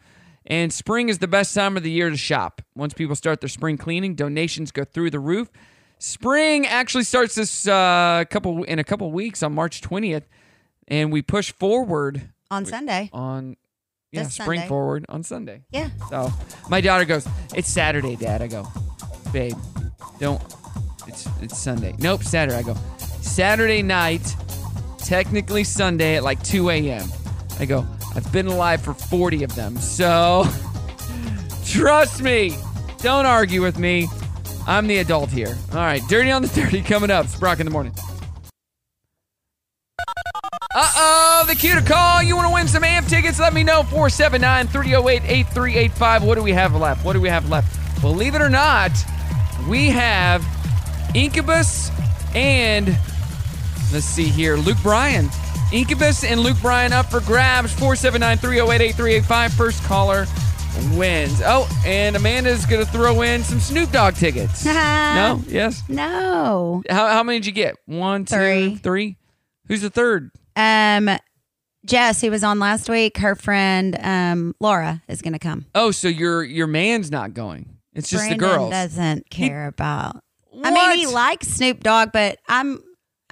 And spring is the best time of the year to shop. Once people start their spring cleaning, donations go through the roof. Spring actually starts this uh, couple in a couple weeks on March 20th, and we push forward
on Sunday.
on yeah
This
spring
Sunday.
forward on Sunday.
Yeah.
So my daughter goes, "It's Saturday, Dad." I go, "Babe, don't. It's it's Sunday. Nope, Saturday." I go, "Saturday night, technically Sunday at like 2 a.m." I go, "I've been alive for 40 of them, so trust me. Don't argue with me. I'm the adult here." All right, dirty on the 30 coming up. Sprock in the morning. Uh oh, the cue to call. You want to win some AMP tickets? Let me know. 479 308 8385. What do we have left? What do we have left? Believe it or not, we have Incubus and let's see here, Luke Bryan. Incubus and Luke Bryan up for grabs. 479 308 8385. First caller wins. Oh, and Amanda's going to throw in some Snoop Dogg tickets. no? Yes?
No.
How, how many did you get? One, two, three. Who's the third?
Um, Jess, who was on last week, her friend um, Laura is going to come.
Oh, so your your man's not going. It's just
Brandon
the girls.
doesn't care about. I
What?
mean, he likes Snoop Dogg, but I'm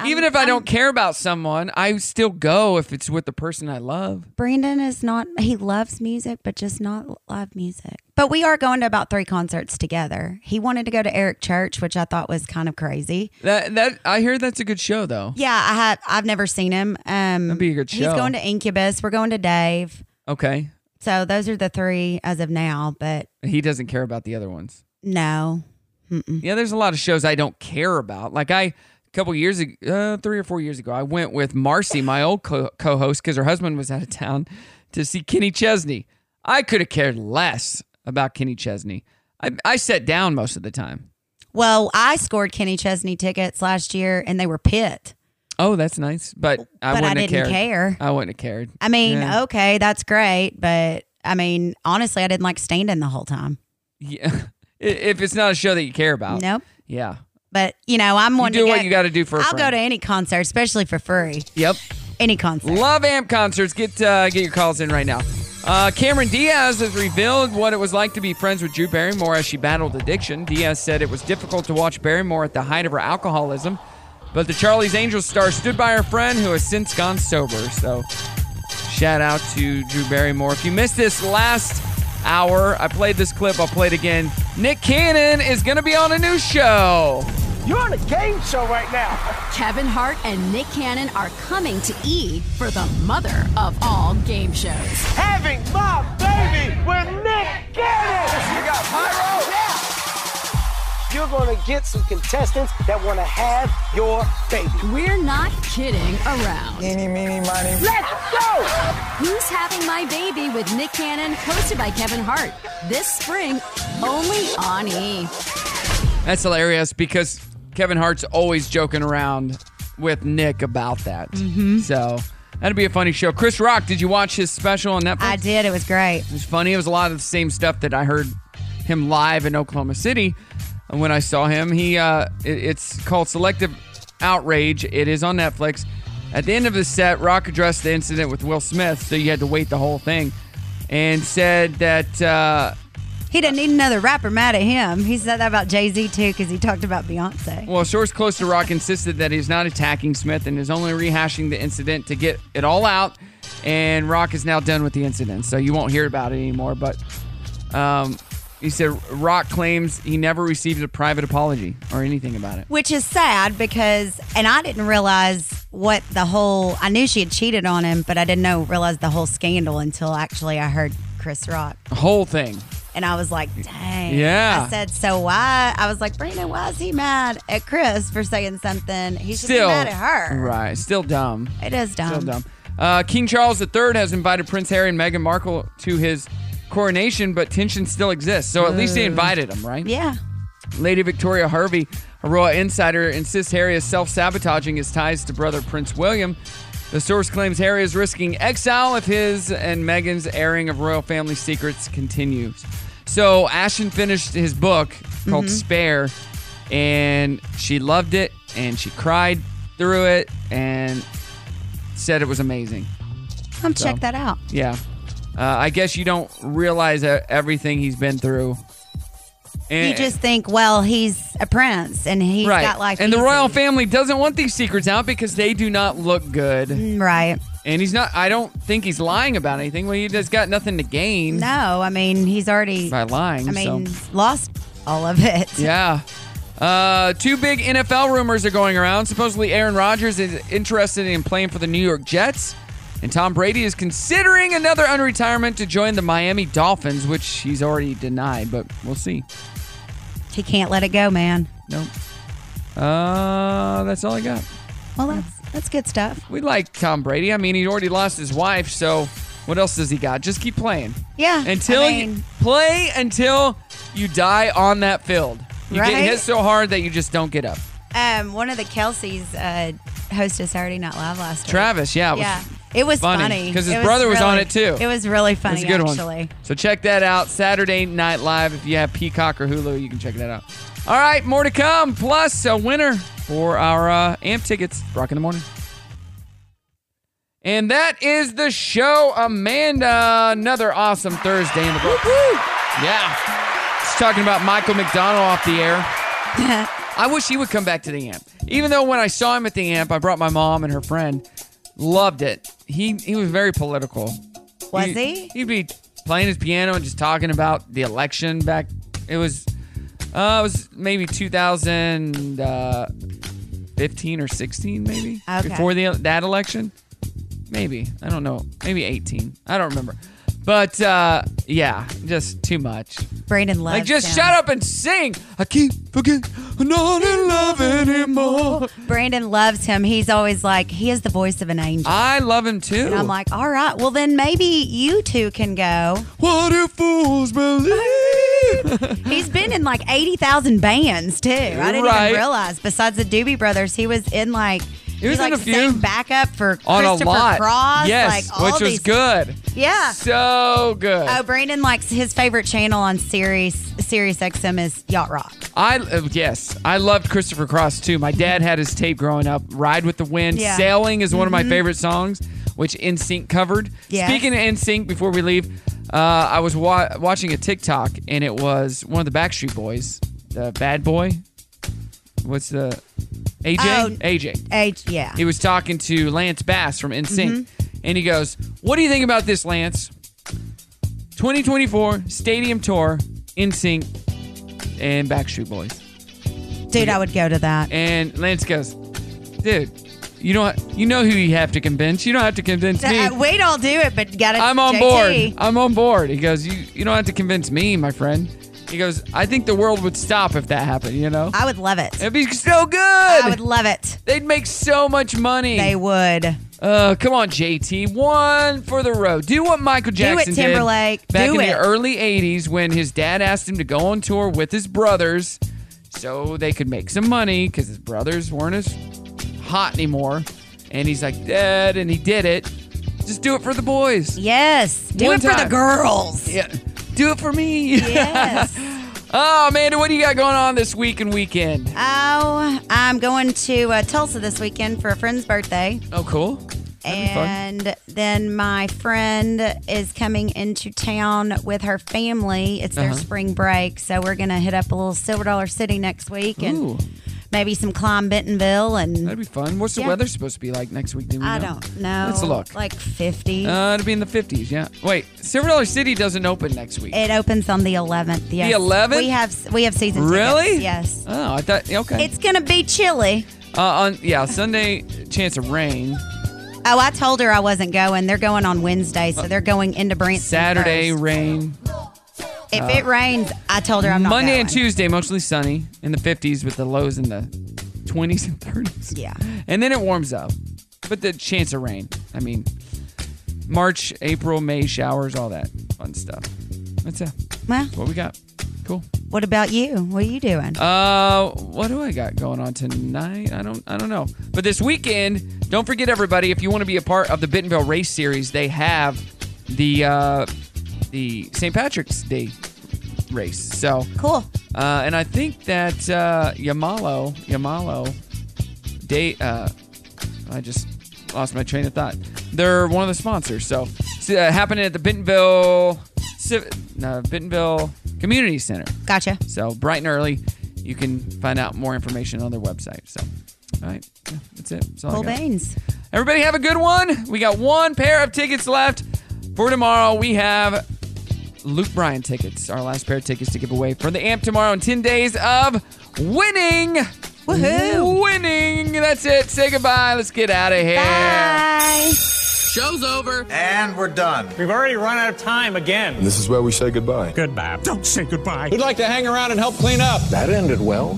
Even if I don't care about someone, I still go if it's with the person I love.
Brandon is not. He loves music, but just not live music. But we are going to about three concerts together. He wanted to go to Eric Church, which I thought was kind of crazy.
That that I hear that's a good show though.
Yeah, I had. I've never seen him. Um,
That'd be a good
He's
show.
going to Incubus. We're going to Dave.
Okay.
So those are the three as of now. But
He doesn't care about the other ones.
no,
Yeah, there's a lot of shows I don't care about. Like I a couple years ago, uh, 3 or 4 years ago, I went with Marcy, my old co- co-host cuz her husband was out of town to see Kenny Chesney. I could have cared less about Kenny Chesney. I, I sat down most of the time.
Well, I scored Kenny Chesney tickets last year and they were pit.
Oh, that's nice. But I
But I
wouldn't have cared.
didn't care.
I wouldn't have cared.
I mean,
Yeah.
okay, that's great, but I mean, honestly, I didn't like standing the whole time.
Yeah. I- If it's not a show that you care about.
Nope.
Yeah.
But you know, I'm
You
one
do
to
what
go-
you gotta do for a
I'll go
friend.
to any concert, especially for free.
Yep.
Any concert.
Love AMP concerts. Get uh, get your calls in right now. Uh, Cameron Diaz has revealed what it was like to be friends with Drew Barrymore as she battled addiction. Diaz said it was difficult to watch Barrymore at the height of her alcoholism, but the Charlie's Angels star stood by her friend who has since gone sober. So, shout out to Drew Barrymore. If you missed this last hour, I played this clip. I'll play it again. Nick Cannon is going to be on a new show.
You're on a game show right now.
Kevin Hart and Nick Cannon are coming to E for the mother of all game shows.
Having my baby with Nick Cannon. You got pyro? Yeah. You're gonna get some contestants that wanna have your baby.
We're not kidding around. Meeny, meeny, miny.
Let's go!
Who's having my baby with Nick Cannon, hosted by Kevin Hart, this spring, only on E.
That's hilarious because Kevin Hart's always joking around with Nick about that. Mm-hmm. So that'd be a funny show. Chris Rock, did you watch his special on Netflix?
I did. It was great.
It was funny. It was a lot of the same stuff that I heard him live in Oklahoma City. And when I saw him, he uh, it- it's called Selective Outrage. It is on Netflix. At the end of the set, Rock addressed the incident with Will Smith, so you had to wait the whole thing, and said that. Uh,
He didn't need another rapper mad at him. He said that about Jay Z too because he talked about Beyonce.
Well, a source close to Rock insisted that he's not attacking Smith and is only rehashing the incident to get it all out. And Rock is now done with the incident, so you won't hear about it anymore. But um, he said Rock claims he never received a private apology or anything about it.
Which is sad because, and I didn't realize what the whole, I knew she had cheated on him, but I didn't know, realize the whole scandal until actually I heard Chris Rock.
Whole thing.
And I was like, dang.
Yeah.
I said, so why? I was like, Brandon, why is he mad at Chris for saying something? He should
Still
be mad at her.
Right. Still dumb.
It is dumb.
Still dumb. Uh, King Charles III has invited Prince Harry and Meghan Markle to his coronation, but tension still exists. So at least he
Ooh.
invited them, right?
Yeah.
Lady Victoria Harvey, a royal insider, insists Harry is self sabotaging his ties to brother Prince William. The source claims Harry is risking exile if his and Meghan's airing of royal family secrets continues. So Ashton finished his book called
Mhm.
Spare, and she loved it and she cried through it and said it was amazing.
Come
So-
check that out.
Yeah. Uh, I guess you don't realize uh, everything he's been through.
You just think, well, he's a prince and he's
right.
got life.
and the
easy.
royal family doesn't want these secrets out because they do not look good.
Right.
And he's not. I don't think he's lying about anything. Well, he just got nothing to gain
No, I mean, he's already,
by lying.
I mean,
so.
lost all of it.
Yeah. Uh, two big NFL rumors are going around. Supposedly, Aaron Rodgers is interested in playing for the New York Jets, and Tom Brady is considering another unretirement to join the Miami Dolphins, which he's already denied. But we'll see.
He can't let it go, man.
Nope. Uh, that's all I got.
Well, that's that's good stuff.
We like Tom Brady. I mean, he already lost his wife, so what else does he got? Just keep playing.
Yeah.
Until
I
you
mean-
play until you die on that field. You get
Right?
hit so hard that you just don't get up.
Um, one of the Kelseys uh, hosted Saturday Night Live last week.
Travis, yeah, it was
yeah, it was
funny,
funny
'cause his
It
brother was on
really-
it, too.
It was really funny,
That's a good
actually.
one. So check that out. Saturday Night Live. If you have Peacock or Hulu, you can check that out. All right, more to come. Plus a winner for our uh, AMP tickets. Rock in the morning. And that is the show, Amanda. Another awesome Thursday in the book. Yeah. She's talking about Michael McDonald off the air. I wish he would come back to the amp. Even though when I saw him at the amp, I brought my mom and her friend. Loved it. He he was very political.
Was
he? He'd be playing his piano and just talking about the election back. It was uh, it was maybe 2015 or 16, maybe
Okay.
before the that election. Maybe I don't know. Maybe 18. I don't remember. But uh, yeah, just too much.
Brandon loves
Like, just
him.
shut up and sing. I keep forgetting I'm not in love anymore.
Brandon loves him. He's always like he is the voice of an angel.
I love him too.
and I'm like, all right, well then maybe you two can go.
What do fools believe?
He's been in like 80,000 bands too. I didn't
Right.
even realize. Besides the Doobie Brothers, he was in like he
was
like
in a few.
sang backup for
on a
Christopher
lot.
Cross.
yes,
like all
which was
these-
good.
Yeah.
So good.
Oh, Brandon likes his favorite channel on Sirius Sirius XM is Yacht Rock.
I uh, yes, I loved Christopher Cross too. My dad had his tape growing up. Ride with the Wind,
Yeah.
Sailing is one of my
Mhm.
favorite songs, which NSYNC covered.
Yes.
Speaking of NSYNC, before we leave, uh, I was wa- watching a TikTok and it was one of the Backstreet Boys, the Bad Boy. What's the AJ?
Oh,
AJ.
Age, yeah.
He was talking to Lance Bass from NSYNC,
Mm-hmm.
and he goes, "What do you think about this, Lance? 2024 Stadium Tour, NSYNC, and Backstreet Boys."
Dude, I would go to that.
And Lance goes, "Dude, you don't, you know who you have to convince. You don't have to convince me.
Uh, We'd all do it, but gotta
I'm on
JT.
board. I'm on board." He goes, "You, you don't have to convince me, my friend." He goes, "I think the world would stop if that happened. You know,
I would love it.
it'd be so good.
I would love it.
They'd make so much money.
They would.
Uh, come on, JT. One for the road. Do what Michael
Do it,
Jackson
Timberlake.
did back
Do
in
it.
the early '80s when his dad asked him to go on tour with his brothers, so they could make some money because his brothers weren't as hot anymore. And he's like, Dad, and he did it. Just do it for the boys.
Yes. Do it for the girls.
Yeah. Do it for me. Yes. oh, Amanda, what do you got going on this week and weekend?
Oh, I'm going to uh, Tulsa this weekend for a friend's birthday.
Oh, cool. That'd be fun.
And then my friend is coming into town with her family. It's their
Uh-huh.
spring break. So we're going to hit up a little Silver Dollar City next week and
Ooh.
maybe some Climb Bentonville. And
That'd be fun. What's the
Yeah.
weather supposed to be like next week? Do we
I
know?
don't know.
Let's look.
Like 50.
Uh, it'll be in the 50s, yeah. Wait, Silver Dollar City doesn't open next week.
it opens on the 11th. Yes.
11th?
We have we have season tickets.
really?
Yes.
Oh, I thought, okay.
It's going to be chilly.
uh, on Yeah, Sunday, chance of rain.
Oh, I told her I wasn't going. They're going on Wednesday, so they're going into Branson.
Uh, Saturday,
first.
rain.
If
uh,
it rains, I told her I'm not
Monday
going.
and Tuesday, mostly sunny in the 50s with the lows in the 20s and 30s.
Yeah.
And then it warms up. But the chance of rain. I mean, March, April, May showers, all that fun stuff. That's it.
Well,
That's what we got. Cool.
what about you? What are you doing?
Uh, what do I got going on tonight? I don't, I don't know. But this weekend, don't forget everybody. If you want to be a part of the Bentonville Race Series, they have the uh, the St. Patrick's Day race. So
cool.
Uh, and I think that uh, Yamalo Yamalo Day. Uh, I just lost my train of thought. They're one of the sponsors. So it's, uh, happening at the Bentonville Civ- no, Bentonville Community Center.
Gotcha.
So bright and early, you can find out more information on their website. So, all right, yeah, that's it. That's all I
Cool
got.
beans.
Everybody have a good one. We got one pair of tickets left for tomorrow. We have Luke Bryan tickets, our last pair of tickets to give away for the amp tomorrow in 10 days of winning. Woohoo! Winning. That's it. Say goodbye. Let's get out of here.
Bye.
Show's over.
And we're done.
We've already run out of time again.
And this is where we say goodbye.
Goodbye.
Don't say goodbye.
We'd like to hang around and help clean up.
That ended well.